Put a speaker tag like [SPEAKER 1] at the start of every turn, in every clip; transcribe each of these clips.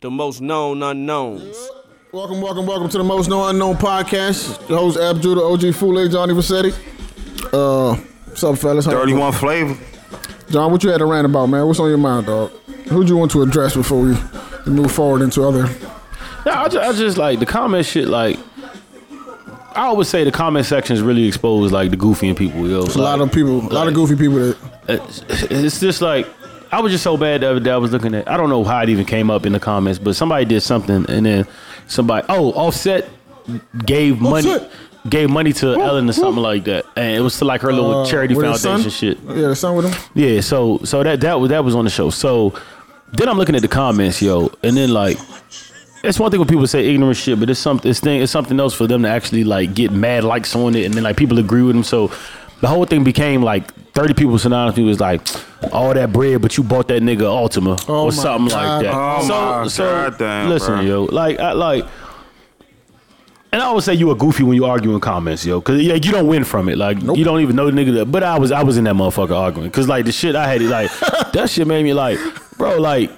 [SPEAKER 1] the most known unknowns.
[SPEAKER 2] Welcome, welcome, welcome to the most known unknown podcast. The host Ab Judah, OG Fule, Johnny Vassetti. Uh, what's up, fellas? How you doing?
[SPEAKER 3] 31 flavor.
[SPEAKER 2] John, what you had to rant about, man? What's on your mind, dog? Who'd you want to address before we move forward into other?
[SPEAKER 4] Nah, I just, I just like the comment shit. Like, I always say the comment section is really exposed, like the goofy in people. Yo,
[SPEAKER 2] A lot of people, a lot of goofy people that
[SPEAKER 4] it's, it's just like I was just so bad the other day. I was looking at I don't know how it even came up in the comments, but somebody did something, and then somebody oh Offset gave money
[SPEAKER 2] Offset.
[SPEAKER 4] gave money to Ellen or something like that, and it was to like her little
[SPEAKER 2] uh,
[SPEAKER 4] charity
[SPEAKER 2] with his son?
[SPEAKER 4] foundation shit.
[SPEAKER 2] Yeah, the son with him.
[SPEAKER 4] Yeah, so so that that was that was on the show. So then I'm looking at the comments, yo, and then like it's one thing when people say ignorant shit, but it's something it's thing it's something else for them to actually like get mad likes on it, and then like people agree with them. So the whole thing became like 30 people synonymous. It was like all that bread, but you bought that nigga Ultima
[SPEAKER 2] Oh my
[SPEAKER 4] or something
[SPEAKER 2] God.
[SPEAKER 4] like that.
[SPEAKER 3] Oh
[SPEAKER 4] so
[SPEAKER 3] my
[SPEAKER 4] so
[SPEAKER 3] God damn,
[SPEAKER 4] listen,
[SPEAKER 3] bruh.
[SPEAKER 4] yo, like I like. And I always say you a goofy when you argue in comments, yo, because yeah, you don't win from it. Like you don't even know the nigga. That, but I was I was in that motherfucker arguing because like the shit I had, it like that shit made me like, bro, like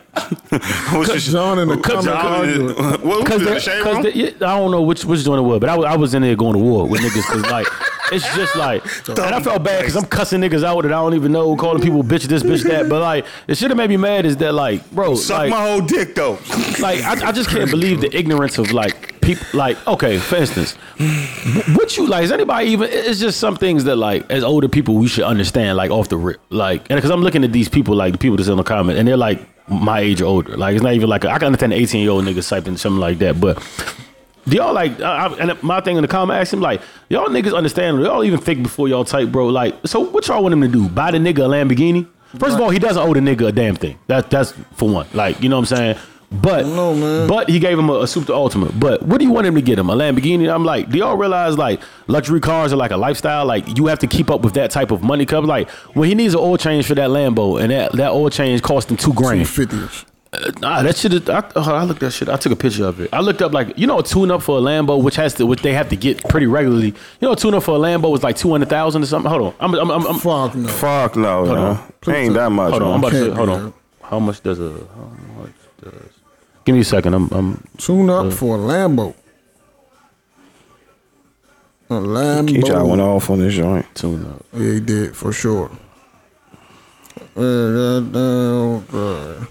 [SPEAKER 3] What's your
[SPEAKER 2] John in the comment
[SPEAKER 3] John in the-
[SPEAKER 2] arguing.
[SPEAKER 3] What was
[SPEAKER 4] because
[SPEAKER 3] it? The shade room?
[SPEAKER 4] I don't know which which joint it was, but I was I was in there going to war with niggas because like. It's just like, and I felt bad because I'm cussing niggas out that I don't even know, calling people bitch this, bitch that. But like, the shit that made me mad is that like, bro,
[SPEAKER 3] Suck
[SPEAKER 4] like,
[SPEAKER 3] my whole dick though.
[SPEAKER 4] like I, I just can't believe the ignorance of like people like okay for instance wh- what you like is anybody even it- it's just some things that like as older people we should understand like off the rip like and because i'm looking at these people like the people that's in the comment and they're like my age or older like it's not even like a, i can understand an 18 year old nigga typing something like that but do y'all like I, I, and my thing in the comment? I asked him like, y'all niggas understand? Y'all even think before y'all type, bro? Like, so what y'all want him to do? Buy the nigga a Lamborghini? First of all, he doesn't owe the nigga a damn thing. That that's for one. Like, you know what I'm saying? But
[SPEAKER 2] know, man.
[SPEAKER 4] but he gave him a, a super ultimate. But what do you want him to get him? A Lamborghini? I'm like, do y'all realize like luxury cars are like a lifestyle? Like you have to keep up with that type of money. Cause like when he needs an oil change for that Lambo, and that that oil change cost him two grand.
[SPEAKER 2] Fifties.
[SPEAKER 4] Nah, that shit. Is, I, oh, I looked that shit. I took a picture of it. I looked up like you know a tune up for a Lambo, which has to which they have to get pretty regularly. You know, a tune up for a Lambo was like two hundred thousand or something. Hold on, I'm I'm I'm, I'm hold
[SPEAKER 2] Fuck no.
[SPEAKER 3] Fuck no, man. Ain't that much.
[SPEAKER 4] on. I'm
[SPEAKER 3] man.
[SPEAKER 4] about
[SPEAKER 2] Can't
[SPEAKER 4] to say,
[SPEAKER 2] be
[SPEAKER 4] hold
[SPEAKER 2] real.
[SPEAKER 4] on. How much does a? How much does? Give me a second. I'm I'm
[SPEAKER 2] Tune
[SPEAKER 4] Uh.
[SPEAKER 2] up for a Lambo. A Lambo.
[SPEAKER 3] He tried went off on this joint.
[SPEAKER 4] tune up.
[SPEAKER 2] Yeah, he did for sure. Uh, uh, uh, uh,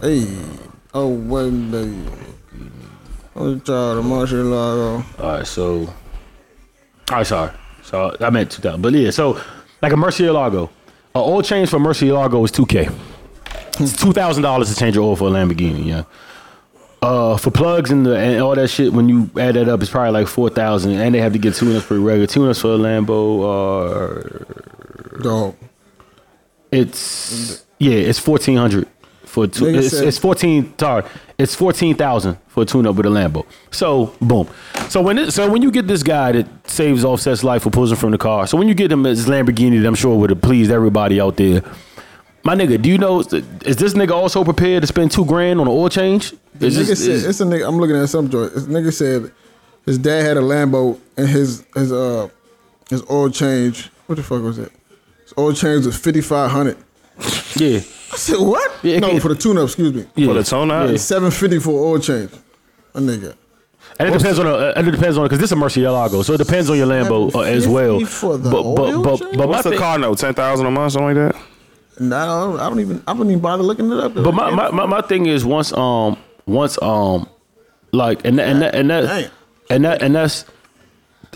[SPEAKER 2] Hey, oh wait, baby. I'm tired of martial law.
[SPEAKER 4] All right, so. All right, sorry. So I meant 2000. But yeah, so like a Murcielago. An oil change for Murcielago is 2K. It's $2,000 to change your oil for a Lamborghini, yeah. Uh, for plugs and, the, and all that shit, when you add that up, it's probably like 4000 And they have to get tune-ups for regular. Tune-ups for a Lambo are...
[SPEAKER 2] Dog.
[SPEAKER 4] It's... Yeah, it's 1400 for two,
[SPEAKER 2] Nigga
[SPEAKER 4] it's,
[SPEAKER 2] said-
[SPEAKER 4] it's 14 sorry it's 14,000 for a tune up with a Lambo. So, boom. So when it, so when you get this guy that saves Offset's life for pulls him from the car. So when you get him his Lamborghini that I'm sure would have pleased everybody out there. My nigga, do you know is this nigga also prepared to spend 2 grand on an oil change? Is
[SPEAKER 2] nigga
[SPEAKER 4] this,
[SPEAKER 2] said,
[SPEAKER 4] is,
[SPEAKER 2] it's a nigga. I'm looking at some joint. This nigga said his dad had a Lambo and his his uh his oil change. What the fuck was it? His oil change was fifty five hundred.
[SPEAKER 4] yeah.
[SPEAKER 2] I said what?
[SPEAKER 4] Yeah, it
[SPEAKER 2] no,
[SPEAKER 4] can-
[SPEAKER 2] for the tune up. Excuse me.
[SPEAKER 4] yeah.
[SPEAKER 3] For the tone out?
[SPEAKER 4] Yeah.
[SPEAKER 2] Seven fifty for oil change. A nigga.
[SPEAKER 4] And it depends on a, and it depends on because this is a Murcielago, so it depends on your Lambo uh, as well.
[SPEAKER 2] 750 for the
[SPEAKER 4] but,
[SPEAKER 2] oil
[SPEAKER 4] but but
[SPEAKER 2] change?
[SPEAKER 4] but my
[SPEAKER 3] What's the
[SPEAKER 4] thing-
[SPEAKER 3] car note? Ten thousand a month, something like that.
[SPEAKER 2] And I don't, I don't even. I wouldn't even bother looking it up.
[SPEAKER 4] But my, my, my, my thing is once um once um like and that, and that, and
[SPEAKER 2] Damn.
[SPEAKER 4] that and that and that's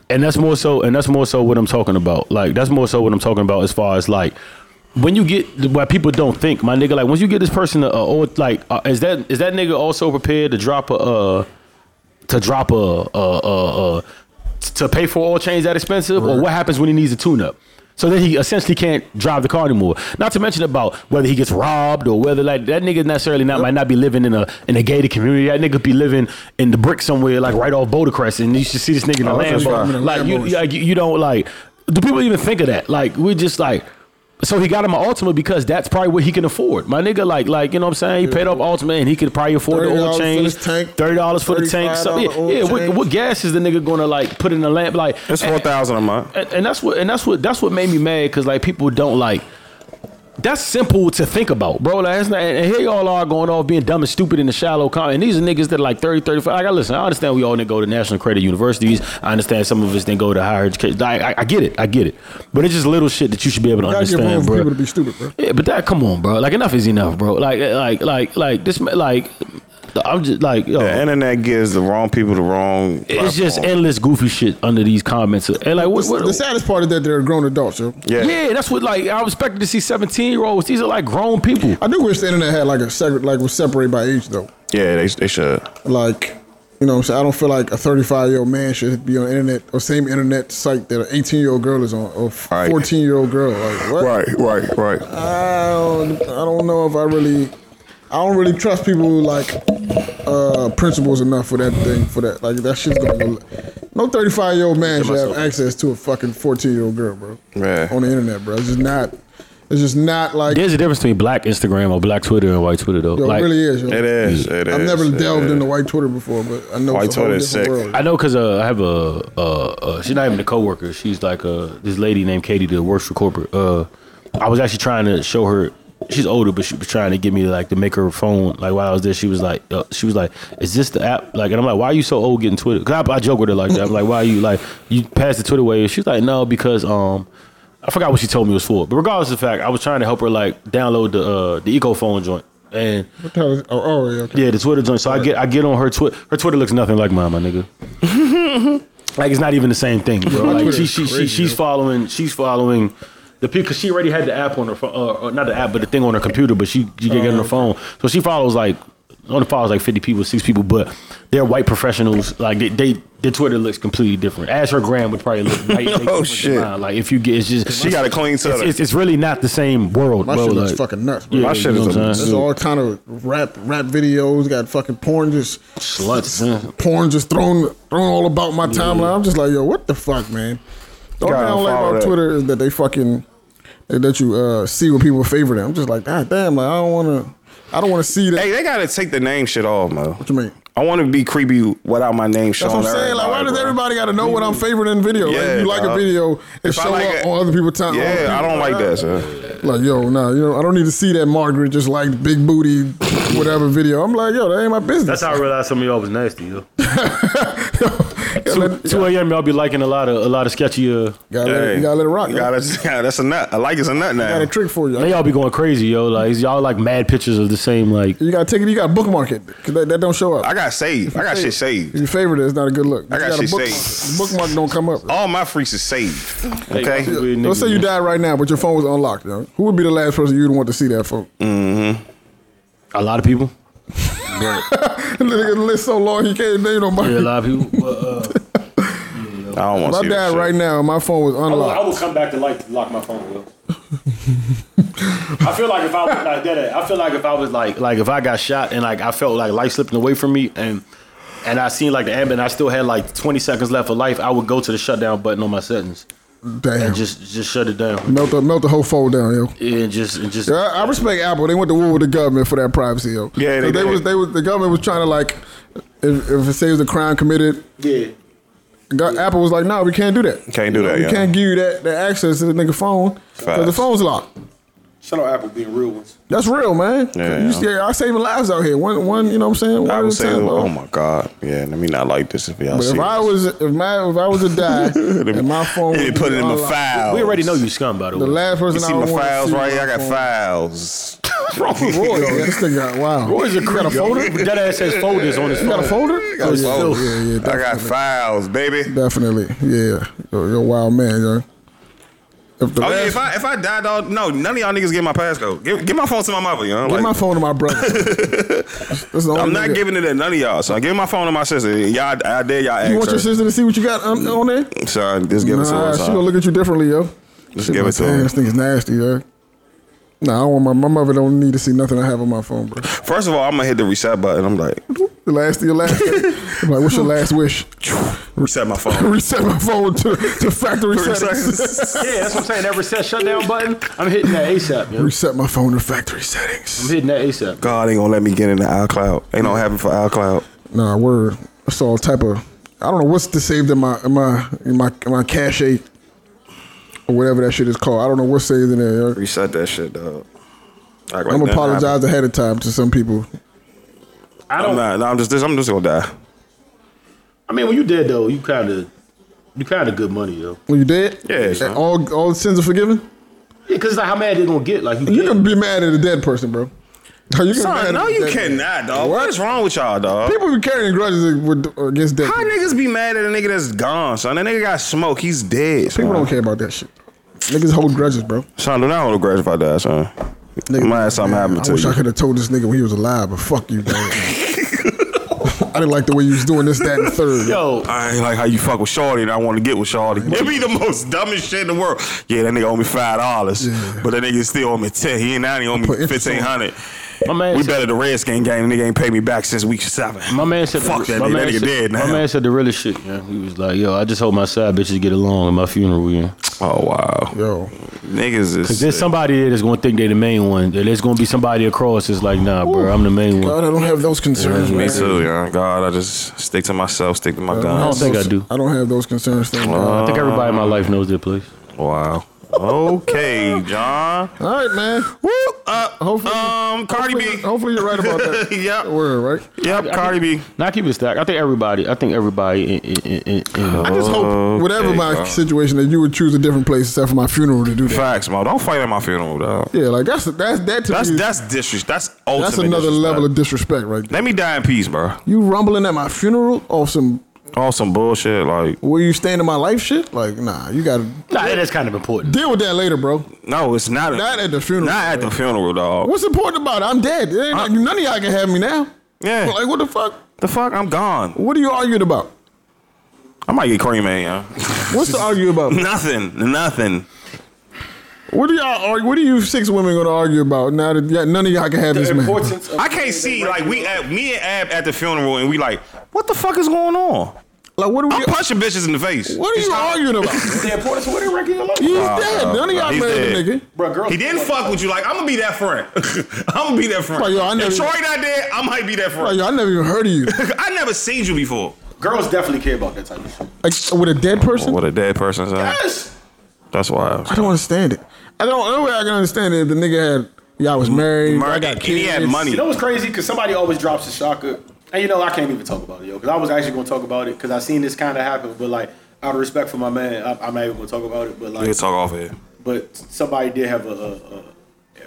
[SPEAKER 4] and that's more so and that's more so what I'm talking about. Like that's more so what I'm talking about as far as like when you get why people don't think my nigga like once you get this person a, a or like uh, is that is that nigga also prepared to drop a uh to drop a uh uh uh to pay for oil change that expensive or what happens when he needs a tune up so then he essentially can't drive the car anymore not to mention about whether he gets robbed or whether like that nigga necessarily not might not be living in a in a gated community that nigga be living in the brick somewhere like right off Bodacrest and you should see this nigga in a
[SPEAKER 3] Oh, that's what's
[SPEAKER 4] Lambo
[SPEAKER 2] up.
[SPEAKER 4] like you,
[SPEAKER 2] Lambos.
[SPEAKER 4] like you you don't like do people even think of that like we're just like so he got him an Ultima because that's probably what he can afford. My nigga, like, like you know what I'm saying? He paid off Ultima and he could probably afford the
[SPEAKER 2] $30
[SPEAKER 4] oil
[SPEAKER 2] for
[SPEAKER 4] change.
[SPEAKER 2] this tank,
[SPEAKER 4] Thirty dollars for the tank. So, yeah,
[SPEAKER 2] $35 oil
[SPEAKER 4] yeah what,
[SPEAKER 2] change.
[SPEAKER 4] what gas is the nigga gonna like put in the lamp? Like
[SPEAKER 3] It's four thousand a month.
[SPEAKER 4] and, and that's what and that's what that's what made me mad because like people don't like That's simple to think about, bro. Like, that's not, and and here y'all are going off being dumb and stupid in the shallow comment. And these are niggas that are like 30, 35. Like, I listen, I understand we all didn't go to national credit universities. I understand some of us didn't go to higher education. Like, I, I get it. I get it. But it's just little shit that you should be able to
[SPEAKER 2] Gotta give room
[SPEAKER 4] understand,
[SPEAKER 2] for
[SPEAKER 4] bro.
[SPEAKER 2] people to be stupid, bro.
[SPEAKER 4] Yeah, but that come on, bro. Like enough is enough, bro. Like like like like this ma- like I'm just like yo.
[SPEAKER 3] The internet gives the wrong people the wrong.
[SPEAKER 4] it's just
[SPEAKER 3] platform.
[SPEAKER 4] endless goofy shit under these comments. And like what, what
[SPEAKER 2] The saddest part is that they're grown adults, yo.
[SPEAKER 3] yeah.
[SPEAKER 4] yeah. that's what like I was expecting to see 17 year olds. These are like grown people.
[SPEAKER 2] I do wish the internet had like a separate, like was separated by age though.
[SPEAKER 3] Yeah, they, they should.
[SPEAKER 2] Like, you know, what I'm saying I don't feel like a 35 year old man should be on the internet or same internet site that an 18 year old girl is on or
[SPEAKER 3] Right.
[SPEAKER 2] 14 year old girl. Like, what?
[SPEAKER 3] Right, right, right.
[SPEAKER 2] I don't, I don't know if I really, I don't really trust people like uh principles enough for that thing for that. Like that shit's gonna go. No 35 year old man should have access to a fucking 14 year old girl, bro.
[SPEAKER 3] Yeah.
[SPEAKER 2] On the internet, bro. It's just not. It's just not like.
[SPEAKER 4] There's a difference between black Instagram or black Twitter and white Twitter though.
[SPEAKER 2] Yo,
[SPEAKER 4] like
[SPEAKER 2] it really is. Yo.
[SPEAKER 3] It is. It is.
[SPEAKER 2] I've never
[SPEAKER 3] it
[SPEAKER 2] delved
[SPEAKER 3] is.
[SPEAKER 2] into white Twitter before, but I know
[SPEAKER 3] White
[SPEAKER 2] it's a whole
[SPEAKER 3] Twitter is
[SPEAKER 2] different
[SPEAKER 3] sick.
[SPEAKER 2] world.
[SPEAKER 4] I know because uh, I have a, a, a she's not even a coworker. She's like a this lady named Katie that works for corporate. Uh, I was actually trying to show her. She's older, but she was trying to get me to like to make her phone. Like while I was there, she was like, uh, she was like, "Is this the app?" Like, and I'm like, "Why are you so old getting Twitter?" Cause I, I joke with her like that. I'm like, "Why are you like you passed the Twitter wave?" She's like, "No, because um." I forgot what she told me it was for, but regardless of the fact, I was trying to help her like download the uh, the eco phone joint, and
[SPEAKER 2] What the hell is- oh, oh, yeah, okay.
[SPEAKER 4] yeah, the Twitter joint. So I get I get on her Twitter. Her Twitter looks nothing like mine, my nigga. like it's not even the same thing, bro.
[SPEAKER 2] My
[SPEAKER 4] Like
[SPEAKER 2] Twitter
[SPEAKER 4] she
[SPEAKER 2] is
[SPEAKER 4] she, she
[SPEAKER 2] crazy,
[SPEAKER 4] she's
[SPEAKER 2] yo.
[SPEAKER 4] following she's following the because she already had the app on her phone, uh, or not the app, but the thing on her computer. But she she
[SPEAKER 3] Oh,
[SPEAKER 4] get it on her phone, so she follows like only follows like fifty people, six people, but they're white professionals. Like they, they their Twitter looks completely different. As her gram would probably look. Like,
[SPEAKER 3] Oh, shit.
[SPEAKER 4] Like if you get it's just
[SPEAKER 3] She got a clean
[SPEAKER 4] it's,
[SPEAKER 3] setup.
[SPEAKER 4] it's, it's really not the same world,
[SPEAKER 2] My
[SPEAKER 4] bro.
[SPEAKER 2] shit looks
[SPEAKER 4] like-
[SPEAKER 2] fucking nuts, bro.
[SPEAKER 4] Yeah,
[SPEAKER 3] My
[SPEAKER 4] you
[SPEAKER 3] shit
[SPEAKER 4] know
[SPEAKER 3] is
[SPEAKER 4] what I'm
[SPEAKER 3] a-
[SPEAKER 4] saying?
[SPEAKER 2] There's all kind of rap rap videos, got fucking porn just
[SPEAKER 4] Sluts, man.
[SPEAKER 2] porn just thrown thrown all about my timeline. I'm just like, yo, what the fuck, man? The only thing
[SPEAKER 3] Gotta
[SPEAKER 2] I don't like
[SPEAKER 3] follow
[SPEAKER 2] about
[SPEAKER 3] that.
[SPEAKER 2] Twitter is that they fucking they let you uh, see what people favorite. I'm just like, god damn, like I don't wanna I don't wanna see that.
[SPEAKER 3] hey, they gotta take the name shit off, man.
[SPEAKER 2] What you mean?
[SPEAKER 3] I want to be creepy without my name
[SPEAKER 2] That's
[SPEAKER 3] showing.
[SPEAKER 2] what I'm saying. Like, why does
[SPEAKER 3] bro.
[SPEAKER 2] everybody got to know what I'm favoriting in video? like,
[SPEAKER 3] Yeah,
[SPEAKER 2] if you like a
[SPEAKER 3] dog.
[SPEAKER 2] video, it
[SPEAKER 3] If I
[SPEAKER 2] show
[SPEAKER 3] like
[SPEAKER 2] up
[SPEAKER 3] it-
[SPEAKER 2] on other people's time. other
[SPEAKER 3] Yeah, I
[SPEAKER 2] people-
[SPEAKER 3] don't like that. Sir.
[SPEAKER 2] Like, yo, nah, you know, I don't need to see that Margaret just like big booty, whatever video. I'm like, yo, that ain't my business.
[SPEAKER 4] That's how I realized some of y'all was nasty. Yo. two, two a.m. Y'all be liking a lot of a lot of sketchy. Uh,
[SPEAKER 2] gotta let it, you gotta let it rock.
[SPEAKER 3] You
[SPEAKER 2] yo.
[SPEAKER 3] gotta, yeah, that's a nut. I like it's a nut
[SPEAKER 2] I got
[SPEAKER 3] now.
[SPEAKER 2] a trick for you.
[SPEAKER 4] they all be going crazy, yo. Like y'all like mad pictures of the same. Like
[SPEAKER 2] you gotta take it. You gotta bookmark it because that, that don't show up.
[SPEAKER 3] I got saved. I got shit
[SPEAKER 2] If
[SPEAKER 3] saved.
[SPEAKER 2] you favorite it, it's not a good look.
[SPEAKER 3] I got
[SPEAKER 2] you gotta
[SPEAKER 3] shit
[SPEAKER 2] bookmark
[SPEAKER 3] saved.
[SPEAKER 2] it. bookmark don't come up.
[SPEAKER 3] All my freaks is saved. Okay.
[SPEAKER 4] Hey, weird
[SPEAKER 2] Let's
[SPEAKER 4] niggas,
[SPEAKER 2] say you
[SPEAKER 4] man.
[SPEAKER 2] died right now, but your phone was unlocked. Yo. Who would be the last person you'd want to see that for?
[SPEAKER 3] Mm.
[SPEAKER 4] A lot of people.
[SPEAKER 2] the nigga list so long he can't name nobody.
[SPEAKER 4] Yeah, a lot of people. But, uh,
[SPEAKER 3] I don't want
[SPEAKER 2] If
[SPEAKER 3] to
[SPEAKER 2] I
[SPEAKER 3] see that
[SPEAKER 2] died
[SPEAKER 3] shit.
[SPEAKER 2] right now, and my phone was
[SPEAKER 4] I will- I
[SPEAKER 2] unlocked.
[SPEAKER 4] will come back to like lock my phone. Will. I feel like if I was like that, I feel like if I was like like if I got shot and like I felt like life slipping away from me and and I seen like the ambulance, I still had like 20 seconds left of life. I would go to the shutdown button on my settings
[SPEAKER 2] Damn.
[SPEAKER 4] and just just shut it down
[SPEAKER 2] Melt the, melt the whole fold down, yo.
[SPEAKER 4] and just and just.
[SPEAKER 2] Yeah, I I respect Apple. They went to war with the government for that privacy, yo.
[SPEAKER 3] Yeah, they
[SPEAKER 2] So
[SPEAKER 3] did.
[SPEAKER 2] was. They was. The government was trying to like, if, if it says a crime committed,
[SPEAKER 4] Yeah.
[SPEAKER 2] go- Apple was like, no, we can't do that.
[SPEAKER 3] Can't do that,
[SPEAKER 2] We
[SPEAKER 3] yeah.
[SPEAKER 2] can't give you that, that access to the nigga phone because the
[SPEAKER 3] Facts.
[SPEAKER 2] phone's locked.
[SPEAKER 4] Shout out Apple being real ones.
[SPEAKER 2] That's real, man.
[SPEAKER 3] Yeah,
[SPEAKER 2] you,
[SPEAKER 3] yeah.
[SPEAKER 2] yeah. I'm saving lives out here. One, one. You know what I'm saying? One
[SPEAKER 3] I
[SPEAKER 2] at a
[SPEAKER 3] would say,
[SPEAKER 2] time, bro.
[SPEAKER 3] oh my god, yeah. Let me not like this if y'all
[SPEAKER 2] But
[SPEAKER 3] see.
[SPEAKER 2] if I
[SPEAKER 3] this.
[SPEAKER 2] was, if my, if I was to die, and my phone,
[SPEAKER 3] They
[SPEAKER 2] was
[SPEAKER 3] put it in my
[SPEAKER 2] unlocked,
[SPEAKER 3] files.
[SPEAKER 4] We already know you scum, by the way.
[SPEAKER 2] The last person
[SPEAKER 3] You see
[SPEAKER 2] I
[SPEAKER 3] my
[SPEAKER 2] would want
[SPEAKER 3] files
[SPEAKER 2] to see
[SPEAKER 3] right
[SPEAKER 2] was
[SPEAKER 3] here. I
[SPEAKER 2] my
[SPEAKER 3] got
[SPEAKER 2] phone.
[SPEAKER 3] files. Wrong.
[SPEAKER 2] Boy, yo, this nigga, wow.
[SPEAKER 4] Roy's a creep. Got a folder? That ass has folders on his
[SPEAKER 2] You got a folder?
[SPEAKER 3] I
[SPEAKER 2] Oh,
[SPEAKER 3] got,
[SPEAKER 2] yeah,
[SPEAKER 3] files.
[SPEAKER 2] yeah, yeah,
[SPEAKER 3] I got files, baby.
[SPEAKER 2] Definitely, yeah. You're, you're a wild man, yo. If the
[SPEAKER 3] Oh yeah,
[SPEAKER 2] last-
[SPEAKER 3] if I if I die, dog, no, none of y'all niggas get my passcode. Give, give my phone to my mother, you know.
[SPEAKER 2] give
[SPEAKER 3] like,
[SPEAKER 2] my phone to my brother. That's the only
[SPEAKER 3] I'm not
[SPEAKER 2] nigga.
[SPEAKER 3] giving it to none of y'all. So I give my phone to my sister. Y'all, I dare y'all ask
[SPEAKER 2] You want
[SPEAKER 3] her.
[SPEAKER 2] your sister to see what you got um, on there?
[SPEAKER 3] Sorry, just give it to
[SPEAKER 2] Nah,
[SPEAKER 3] her.
[SPEAKER 2] she
[SPEAKER 3] son.
[SPEAKER 2] gonna look at you differently, yo.
[SPEAKER 3] Just
[SPEAKER 2] She
[SPEAKER 3] give it
[SPEAKER 2] like,
[SPEAKER 3] to
[SPEAKER 2] "Damn,
[SPEAKER 3] her.
[SPEAKER 2] This thing's nasty, yo. Nah, I don't want my, my mother don't need to see nothing I have on my phone, bro.
[SPEAKER 3] First of all, I'm gonna hit the reset button. I'm like,
[SPEAKER 2] The last, your last. I'm like, what's your last wish?
[SPEAKER 3] reset my phone.
[SPEAKER 2] Reset my phone to, to factory settings.
[SPEAKER 3] Reset.
[SPEAKER 4] Yeah, that's what I'm saying. That reset shutdown button, I'm hitting that ASAP, yo.
[SPEAKER 2] Reset my phone to factory settings.
[SPEAKER 4] I'm hitting that ASAP.
[SPEAKER 3] God ain't gonna let me get into iCloud. Ain't no happen for iCloud.
[SPEAKER 2] Nah, we're it's all type of. I don't know what's saved in my in my in my in my cache, or whatever that shit is called. I don't know what stays in there. yo.
[SPEAKER 3] Reset that shit, dog. Act like
[SPEAKER 2] I'm
[SPEAKER 3] nothing
[SPEAKER 2] gonna apologize
[SPEAKER 3] happened.
[SPEAKER 2] ahead of time to some people.
[SPEAKER 4] I
[SPEAKER 3] I'm
[SPEAKER 4] don't.
[SPEAKER 3] not. No, I'm just. This, I'm just gonna die.
[SPEAKER 4] I mean, when you did though, you kind of, you kind of good money yo.
[SPEAKER 2] When you dead,
[SPEAKER 3] Yeah, son.
[SPEAKER 2] all all sins are forgiven.
[SPEAKER 4] Yeah, cause it's like how mad they gonna get? Like you,
[SPEAKER 2] You
[SPEAKER 4] dead.
[SPEAKER 2] can be mad at a dead person, bro. You can be mad
[SPEAKER 3] Son,
[SPEAKER 2] at
[SPEAKER 3] no,
[SPEAKER 2] a
[SPEAKER 3] you
[SPEAKER 2] dead person.
[SPEAKER 3] cannot, dog.
[SPEAKER 2] What?
[SPEAKER 3] What is wrong with y'all, dog?
[SPEAKER 2] People be carrying grudges with- against dead.
[SPEAKER 3] How
[SPEAKER 2] People.
[SPEAKER 3] niggas be mad at a nigga that's gone, son? That nigga got smoke. He's dead. Son.
[SPEAKER 2] people don't care about that shit. Niggas hold grudges, bro.
[SPEAKER 3] Son, do not hold a grudge if I die, son.
[SPEAKER 2] Nigga,
[SPEAKER 3] I'm gonna have something happen
[SPEAKER 2] I
[SPEAKER 3] to
[SPEAKER 2] wish
[SPEAKER 3] you.
[SPEAKER 2] I could have told this nigga when he was alive, but fuck you, dog. I didn't like the way you was doing this, that, and the third.
[SPEAKER 4] yo,
[SPEAKER 3] I ain't like how you fuck with Shorty and I want to get with Shorty. It be the most dumbest shit in the world. Yeah, that nigga owe me five dollars,
[SPEAKER 2] Yeah.
[SPEAKER 3] but that nigga still owe me ten. He ain't now he owe me
[SPEAKER 2] Put interest on it.
[SPEAKER 3] fifteen hundred.
[SPEAKER 4] my man.
[SPEAKER 3] We
[SPEAKER 4] said-
[SPEAKER 3] better the Redskin game. Nigga ain't paid me back since week seven.
[SPEAKER 4] My man said,
[SPEAKER 3] "Fuck that
[SPEAKER 4] my
[SPEAKER 3] nigga. That
[SPEAKER 4] man
[SPEAKER 3] nigga
[SPEAKER 4] said-
[SPEAKER 3] dead now."
[SPEAKER 4] My man said the realest shit. Yeah, he was like, "Yo, I just hope my side bitches get along at my funeral." Yeah,
[SPEAKER 3] Oh wow,
[SPEAKER 2] Yo,
[SPEAKER 3] niggas is.
[SPEAKER 4] there's somebody there that's gonna think they the main one. There's gonna be somebody across that's like, "Nah, bro, I'm the main one."
[SPEAKER 2] God, I don't have those concerns,
[SPEAKER 3] me
[SPEAKER 2] man.
[SPEAKER 3] too, yeah. God, I just stick to myself, stick to my
[SPEAKER 2] I
[SPEAKER 4] don't
[SPEAKER 3] guns.
[SPEAKER 4] think I do.
[SPEAKER 2] I don't have those concerns. Thank
[SPEAKER 4] I
[SPEAKER 2] God.
[SPEAKER 4] think everybody in my life knows their place.
[SPEAKER 3] Wow. Okay, John.
[SPEAKER 2] All right, man.
[SPEAKER 3] Woo! Uh,
[SPEAKER 2] Hopefully-
[SPEAKER 3] um, Cardi
[SPEAKER 2] Hopefully,
[SPEAKER 3] B.
[SPEAKER 2] hopefully you're right about that.
[SPEAKER 3] yep,
[SPEAKER 2] Word, right?
[SPEAKER 3] yep, Cardi B.
[SPEAKER 4] Now keep it stacked. I think everybody. I think everybody. In, in, in, in, in.
[SPEAKER 2] I just hope, whatever
[SPEAKER 3] Okay,
[SPEAKER 2] my
[SPEAKER 3] God.
[SPEAKER 2] situation, that you would choose a different place except for my funeral to do that.
[SPEAKER 3] Facts, man. Don't fight at my funeral, dog.
[SPEAKER 2] Yeah, like that's that's that to
[SPEAKER 3] That's
[SPEAKER 2] me.
[SPEAKER 3] that's disrespect. That's ultimate.
[SPEAKER 2] that's another
[SPEAKER 3] disrespect.
[SPEAKER 2] level of disrespect, right? There.
[SPEAKER 3] Let me die in peace, bro.
[SPEAKER 2] You rumbling at my funeral or some
[SPEAKER 3] All some bullshit. Like,
[SPEAKER 2] where you stand in my life shit? Like, nah, you gotta
[SPEAKER 4] Nah, that is kind of important.
[SPEAKER 2] deal with that later, bro.
[SPEAKER 3] no, it's not.
[SPEAKER 2] Not at the funeral,
[SPEAKER 3] Not at
[SPEAKER 2] bro.
[SPEAKER 3] the funeral, dog.
[SPEAKER 2] What's important about it? I'm dead. It
[SPEAKER 3] Uh,
[SPEAKER 2] ain't like none of y'all can have me now.
[SPEAKER 3] Yeah.
[SPEAKER 2] Like, what the fuck?
[SPEAKER 3] the fuck? I'm gone.
[SPEAKER 2] What are you arguing about?
[SPEAKER 3] I might get cream, man. Yeah.
[SPEAKER 2] What's to argue about?
[SPEAKER 3] nothing. Nothing.
[SPEAKER 2] What do y'all argue? What are you six women gonna argue about now that y'all, none of y'all can have this man?
[SPEAKER 3] I can't see. Like, we at me and Ab at the funeral, and we like, what the fuck is going on?
[SPEAKER 2] Like, what are we?
[SPEAKER 3] I'm punching bitches in the face.
[SPEAKER 2] What are
[SPEAKER 3] It's
[SPEAKER 2] you
[SPEAKER 3] not-
[SPEAKER 2] arguing about?
[SPEAKER 5] The importance of what they reckon your life.
[SPEAKER 2] He's
[SPEAKER 3] Nah,
[SPEAKER 2] dead.
[SPEAKER 3] nah,
[SPEAKER 2] None of
[SPEAKER 3] nah,
[SPEAKER 2] y'all
[SPEAKER 3] he's
[SPEAKER 2] married a
[SPEAKER 3] dead.
[SPEAKER 2] nigga.
[SPEAKER 5] Bro, girls,
[SPEAKER 3] He didn't fuck with you. Like, I'm gonna be that friend. I'm gonna be that friend.
[SPEAKER 2] Bro, yo, I never-
[SPEAKER 3] if Troy not there, I might be that
[SPEAKER 2] Bro,
[SPEAKER 3] friend.
[SPEAKER 2] y'all never even heard of you.
[SPEAKER 3] I never seen you before.
[SPEAKER 5] girls definitely care about that type of shit.
[SPEAKER 2] Like, with a dead person?
[SPEAKER 3] What a dead person, son.
[SPEAKER 5] Yes.
[SPEAKER 3] That's why.
[SPEAKER 2] I don't understand it. I don't. The only way I can understand it if the nigga had y'all was married.
[SPEAKER 3] Mar-
[SPEAKER 2] I got
[SPEAKER 3] and
[SPEAKER 2] kids.
[SPEAKER 3] he had money.
[SPEAKER 5] You know what's crazy? Because somebody always drops a shocker. And you know, I can't even talk about it, yo. Because I was actually going to talk about it because I seen this kind of happen. But like, out of respect for my man, I, I'm not even going to talk about it. But
[SPEAKER 3] We
[SPEAKER 5] like,
[SPEAKER 3] can talk off it.
[SPEAKER 5] but somebody did have a. a, a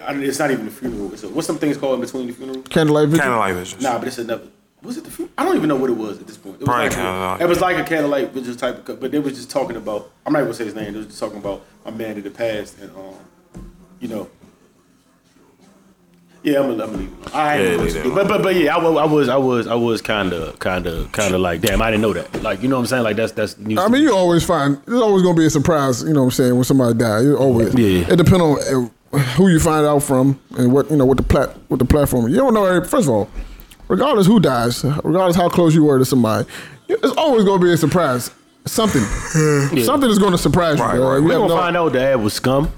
[SPEAKER 5] I don't, it's not even a funeral. It's a, what's some things called in between the funeral?
[SPEAKER 2] Candlelight vigil.
[SPEAKER 3] Kind of like this.
[SPEAKER 5] Nah, but it's another. Was it the funeral? I don't even know what it was at this point. It was
[SPEAKER 3] Probably
[SPEAKER 5] like
[SPEAKER 3] candlelight.
[SPEAKER 5] a, it was like a candlelight vigil type, of, co- but they was just talking about. I'm not even gonna say his name. They was just talking about my man in the past, and um, you know. Yeah, I'm gonna, I'm gonna leave. it. I
[SPEAKER 3] Yeah,
[SPEAKER 5] ain't
[SPEAKER 3] leave
[SPEAKER 5] yeah,
[SPEAKER 3] that
[SPEAKER 5] do.
[SPEAKER 3] alone.
[SPEAKER 5] but
[SPEAKER 4] But but but yeah, I, wa- I was I was I was kind of kind of kind of like, damn, I didn't know that. Like you know what I'm saying? Like that's that's. News
[SPEAKER 2] I
[SPEAKER 4] to
[SPEAKER 2] mean,
[SPEAKER 4] me.
[SPEAKER 2] you always find there's always gonna be a surprise. You know what I'm saying? When somebody dies, you always.
[SPEAKER 4] Yeah.
[SPEAKER 2] It depends on uh, who you find out from and what you know what the plat what the platform. You don't know. every- First of all, regardless who dies, regardless how close you were to somebody, you- it's always gonna be a surprise. Something, something is gonna surprise
[SPEAKER 3] Right,
[SPEAKER 2] you.
[SPEAKER 3] right.
[SPEAKER 2] Right,
[SPEAKER 4] we gonna find out that Ab was scum.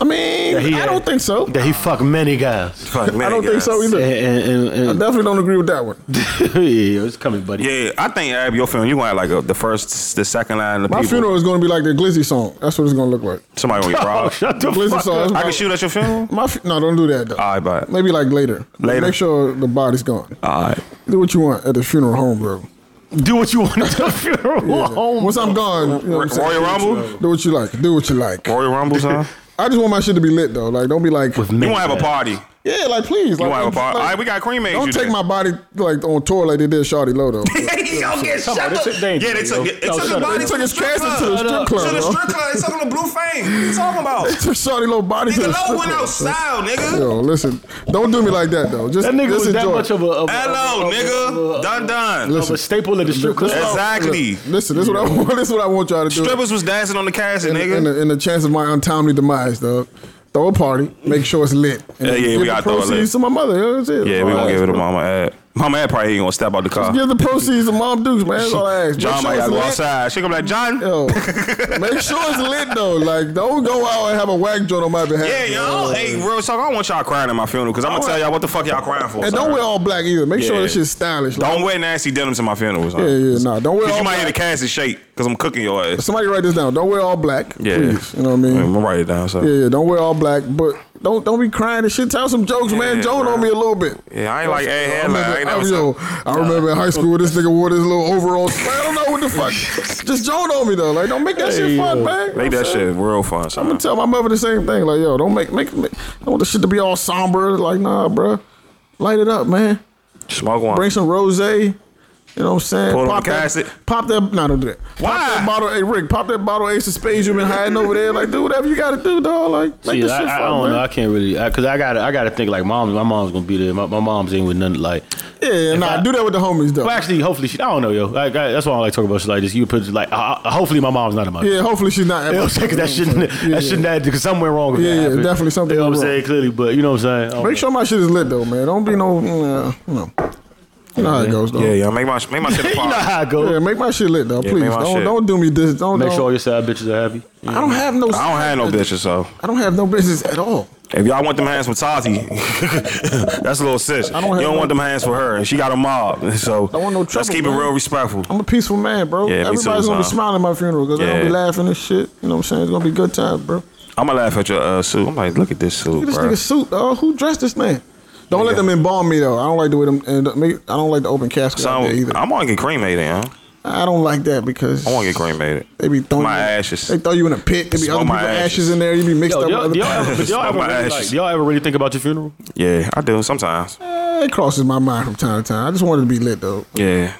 [SPEAKER 2] I mean,
[SPEAKER 4] That he
[SPEAKER 2] I
[SPEAKER 4] had-
[SPEAKER 2] don't think so.
[SPEAKER 4] That he fucked many guys.
[SPEAKER 3] Fuck, man,
[SPEAKER 2] I don't think
[SPEAKER 3] guys.
[SPEAKER 2] so
[SPEAKER 4] And,
[SPEAKER 2] either.
[SPEAKER 4] and, and,
[SPEAKER 2] I
[SPEAKER 4] and
[SPEAKER 2] definitely don't agree with that one.
[SPEAKER 4] yeah, it's coming, buddy.
[SPEAKER 3] Yeah, I think Ab, your film, you want like a, the first, the second line. The
[SPEAKER 2] My
[SPEAKER 3] people,
[SPEAKER 2] funeral is going to be like the Glizzy song. That's what it's going to look like.
[SPEAKER 3] Somebody gonna get
[SPEAKER 4] Oh,
[SPEAKER 3] robbed.
[SPEAKER 4] shut the
[SPEAKER 2] Glizzy
[SPEAKER 4] fuck
[SPEAKER 2] song.
[SPEAKER 4] up.
[SPEAKER 3] I can shoot at your funeral.
[SPEAKER 2] My fu- no, don't do that though.
[SPEAKER 3] All right, bye.
[SPEAKER 2] Maybe like later.
[SPEAKER 3] Later.
[SPEAKER 2] Make sure the body's gone.
[SPEAKER 3] All right.
[SPEAKER 2] Do what you want at the funeral home, bro.
[SPEAKER 4] Do what you want to do. funeral home.
[SPEAKER 2] Once I'm gone, you know what I'm saying?
[SPEAKER 3] Royal Rumble.
[SPEAKER 2] do what you like. Do what you like.
[SPEAKER 3] Royal Rumble, son.
[SPEAKER 2] I just want my shit to be lit though. Like, don't be like,
[SPEAKER 3] You want to have a party? You
[SPEAKER 2] yeah, like please. Like,
[SPEAKER 3] want to have a
[SPEAKER 2] I'm-
[SPEAKER 3] party?
[SPEAKER 2] like,
[SPEAKER 3] All right, we got cream made.
[SPEAKER 2] Don't
[SPEAKER 3] you
[SPEAKER 2] take
[SPEAKER 3] then.
[SPEAKER 2] my body like on tour like they did Shawty Low though.
[SPEAKER 3] Y'all get shut
[SPEAKER 4] on, this
[SPEAKER 3] up.
[SPEAKER 4] shit dangerous,
[SPEAKER 3] Yeah, they
[SPEAKER 4] yo.
[SPEAKER 3] took it. It
[SPEAKER 4] No,
[SPEAKER 3] took
[SPEAKER 4] shut
[SPEAKER 3] the
[SPEAKER 4] up.
[SPEAKER 3] body
[SPEAKER 2] They took
[SPEAKER 3] to the
[SPEAKER 2] his
[SPEAKER 3] strip
[SPEAKER 2] casket to the
[SPEAKER 3] club.
[SPEAKER 2] strip club.
[SPEAKER 3] To the
[SPEAKER 2] bro.
[SPEAKER 3] strip club. They took him to Blue Fame. What you talking about?
[SPEAKER 2] Took Shawty Low body to the
[SPEAKER 3] Nigga,
[SPEAKER 2] strip
[SPEAKER 3] Low went
[SPEAKER 2] club,
[SPEAKER 3] out
[SPEAKER 2] bro.
[SPEAKER 3] style, nigga.
[SPEAKER 2] Yo, listen, don't do me like that though. Just
[SPEAKER 4] That nigga
[SPEAKER 2] just
[SPEAKER 4] was that
[SPEAKER 2] enjoy.
[SPEAKER 4] much of a, of a,
[SPEAKER 3] Hello,
[SPEAKER 4] of a- of a-
[SPEAKER 3] nigga.
[SPEAKER 4] of
[SPEAKER 3] Done, done.
[SPEAKER 4] a, of a staple of the strip club.
[SPEAKER 3] That's- Exactly.
[SPEAKER 2] Look, Listen, this is what I want. This is what I want y'all to do.
[SPEAKER 3] Strippers was dancing on the casket,
[SPEAKER 2] in, in,
[SPEAKER 3] nigga.
[SPEAKER 2] the, in the chance of my untimely demise, dog. Throw a party, make sure it's lit. And
[SPEAKER 3] Yeah, yeah,
[SPEAKER 2] give
[SPEAKER 3] we
[SPEAKER 2] the
[SPEAKER 3] gotta throw it lit.
[SPEAKER 2] proceeds to my mother. You know what I'm saying?
[SPEAKER 3] Yeah, we gonna give it to Mama Ab. My man probably ain't gonna step out the car.
[SPEAKER 2] Give the proceeds to Mom Dukes, man. That's all I ask.
[SPEAKER 3] John might
[SPEAKER 2] it's
[SPEAKER 3] gotta go
[SPEAKER 2] lit.
[SPEAKER 3] outside. She gonna be like, John.
[SPEAKER 2] Yo, make sure it's lit though. Like, don't go out and have a whack joint on my behalf.
[SPEAKER 3] Yeah, y'all. Hey, real talk. I don't want y'all crying at my funeral because I'm gonna tell y'all what the fuck y'all crying for.
[SPEAKER 2] And
[SPEAKER 3] son.
[SPEAKER 2] don't wear all black either. Make sure
[SPEAKER 3] Yeah.
[SPEAKER 2] this shit's stylish. Like,
[SPEAKER 3] Don't wear nasty denim to my funeral. son.
[SPEAKER 2] yeah, yeah, nah. Don't wear
[SPEAKER 3] Cause
[SPEAKER 2] all
[SPEAKER 3] you might
[SPEAKER 2] black.
[SPEAKER 3] hit a casket shake because I'm cooking your ass.
[SPEAKER 2] Somebody write this down. Don't wear all black.
[SPEAKER 3] Yeah, Mm.
[SPEAKER 2] Please. You know what I mean?
[SPEAKER 3] I'm gonna write it down. So.
[SPEAKER 2] Yeah,
[SPEAKER 3] Yeah,
[SPEAKER 2] yeah. Don't wear all black, but don't don't be crying and shit. Tell some jokes, man.
[SPEAKER 3] Yeah,
[SPEAKER 2] Joan
[SPEAKER 3] bro.
[SPEAKER 2] on me a little bit.
[SPEAKER 3] I ain't like, hey,
[SPEAKER 2] I
[SPEAKER 3] hey, like, I ain't
[SPEAKER 2] remember, I,
[SPEAKER 3] never
[SPEAKER 2] yo,
[SPEAKER 3] said-
[SPEAKER 2] I remember in high school this nigga wore this little overall. I don't know what the fuck. Just Joan on me though. Like, don't make that shit fun, man. You know
[SPEAKER 3] Make
[SPEAKER 2] what I'm
[SPEAKER 3] that
[SPEAKER 2] saying?
[SPEAKER 3] shit real fun.
[SPEAKER 2] I'm
[SPEAKER 3] Son.
[SPEAKER 2] gonna tell my mother the same thing. Like, yo, don't make make. make I want the shit to be all somber. Like, nah, bruh. Light it up, man.
[SPEAKER 3] Smoke one.
[SPEAKER 2] Bring some rose. You know what I'm saying?
[SPEAKER 3] Pull on the
[SPEAKER 2] that,
[SPEAKER 3] cassette.
[SPEAKER 2] pop that. No, don't do that. Pop
[SPEAKER 3] Why?
[SPEAKER 2] that bottle, hey Rick. Pop that bottle Ace of Spades you've been hiding over there. Like, do whatever you gotta do, dog. Like, make
[SPEAKER 4] See,
[SPEAKER 2] this
[SPEAKER 4] I,
[SPEAKER 2] shit
[SPEAKER 4] I
[SPEAKER 2] fun,
[SPEAKER 4] don't
[SPEAKER 2] man.
[SPEAKER 4] know. I can't really because I got I got to think like mom. My mom's gonna be there. My, my mom's ain't with none like.
[SPEAKER 2] Yeah, nah,
[SPEAKER 4] I-
[SPEAKER 2] do that with the homies though.
[SPEAKER 4] Well, actually, hopefully she. I don't know, yo. Like, I, that's why I like talking about shit like this. You put like, uh, hopefully my mom's not in my.
[SPEAKER 2] yeah, hopefully she's not.
[SPEAKER 4] You know what I'm saying? 'Cause that shouldn't,
[SPEAKER 2] Yeah,
[SPEAKER 4] that shouldn't happen because something went wrong with
[SPEAKER 2] Yeah,
[SPEAKER 4] that.
[SPEAKER 2] yeah,
[SPEAKER 4] happened.
[SPEAKER 2] definitely something
[SPEAKER 4] You know what
[SPEAKER 2] went
[SPEAKER 4] I'm
[SPEAKER 2] wrong.
[SPEAKER 4] saying? Clearly, but you know what I'm saying?
[SPEAKER 2] Make sure my shit is lit though, man. Don't be no, uh, you know, you know how it goes though.
[SPEAKER 3] Yeah, yeah. Make my make my shit
[SPEAKER 4] you know
[SPEAKER 3] pop.
[SPEAKER 4] how I go.
[SPEAKER 2] Yeah, make my shit lit though,
[SPEAKER 3] Yeah,
[SPEAKER 2] please.
[SPEAKER 3] make my
[SPEAKER 2] Don't
[SPEAKER 3] shit.
[SPEAKER 2] don't do me this. Don't
[SPEAKER 4] Make
[SPEAKER 2] don't-
[SPEAKER 4] sure all your side bitches are happy.
[SPEAKER 2] I don't have no.
[SPEAKER 3] I don't have no bitches, so
[SPEAKER 2] I don't have no business at all.
[SPEAKER 3] if y'all want them hands for Tati, that's a little sis.
[SPEAKER 2] don't have
[SPEAKER 3] you don't
[SPEAKER 2] no-
[SPEAKER 3] want them hands for her. She got a mob, so
[SPEAKER 2] I want no
[SPEAKER 3] let's
[SPEAKER 2] trouble,
[SPEAKER 3] keep
[SPEAKER 2] man.
[SPEAKER 3] it real respectful.
[SPEAKER 2] I'm a peaceful man, bro.
[SPEAKER 3] Yeah, me too,
[SPEAKER 2] Everybody's gonna be
[SPEAKER 3] son.
[SPEAKER 2] smiling at my funeral because they're gonna be
[SPEAKER 3] Yeah.
[SPEAKER 2] laughing and shit. You know what I'm saying? It's gonna be good times, bro.
[SPEAKER 3] I'm gonna laugh at your uh, suit. I'm like, look at this suit,
[SPEAKER 2] Look at this
[SPEAKER 3] bro.
[SPEAKER 2] nigga suit, dog. Who dressed this man? Don't let
[SPEAKER 3] Yeah.
[SPEAKER 2] them embalm me though. I don't like the way them. And the- me- I don't like the open casket
[SPEAKER 3] So
[SPEAKER 2] out there either.
[SPEAKER 3] I'm gonna get cremated, huh?
[SPEAKER 2] I don't like that because
[SPEAKER 3] I want to get cremated.
[SPEAKER 2] They be throwing
[SPEAKER 3] My
[SPEAKER 2] you-
[SPEAKER 3] ashes.
[SPEAKER 2] They throw you in a pit. There be
[SPEAKER 3] Smell
[SPEAKER 2] other people
[SPEAKER 3] my
[SPEAKER 2] ashes.
[SPEAKER 3] ashes.
[SPEAKER 2] in there. You be mixed
[SPEAKER 4] Yo,
[SPEAKER 2] up.
[SPEAKER 4] do
[SPEAKER 2] with
[SPEAKER 4] y'all,
[SPEAKER 2] other
[SPEAKER 4] do y'all ever, do y'all
[SPEAKER 3] Smell
[SPEAKER 4] ever
[SPEAKER 3] my
[SPEAKER 4] really,
[SPEAKER 3] ashes.
[SPEAKER 4] like, do y'all ever really think about your funeral?
[SPEAKER 3] Yeah, I do sometimes.
[SPEAKER 2] Eh, it crosses my mind from time to time. I just wanted to be lit though.
[SPEAKER 3] Yeah,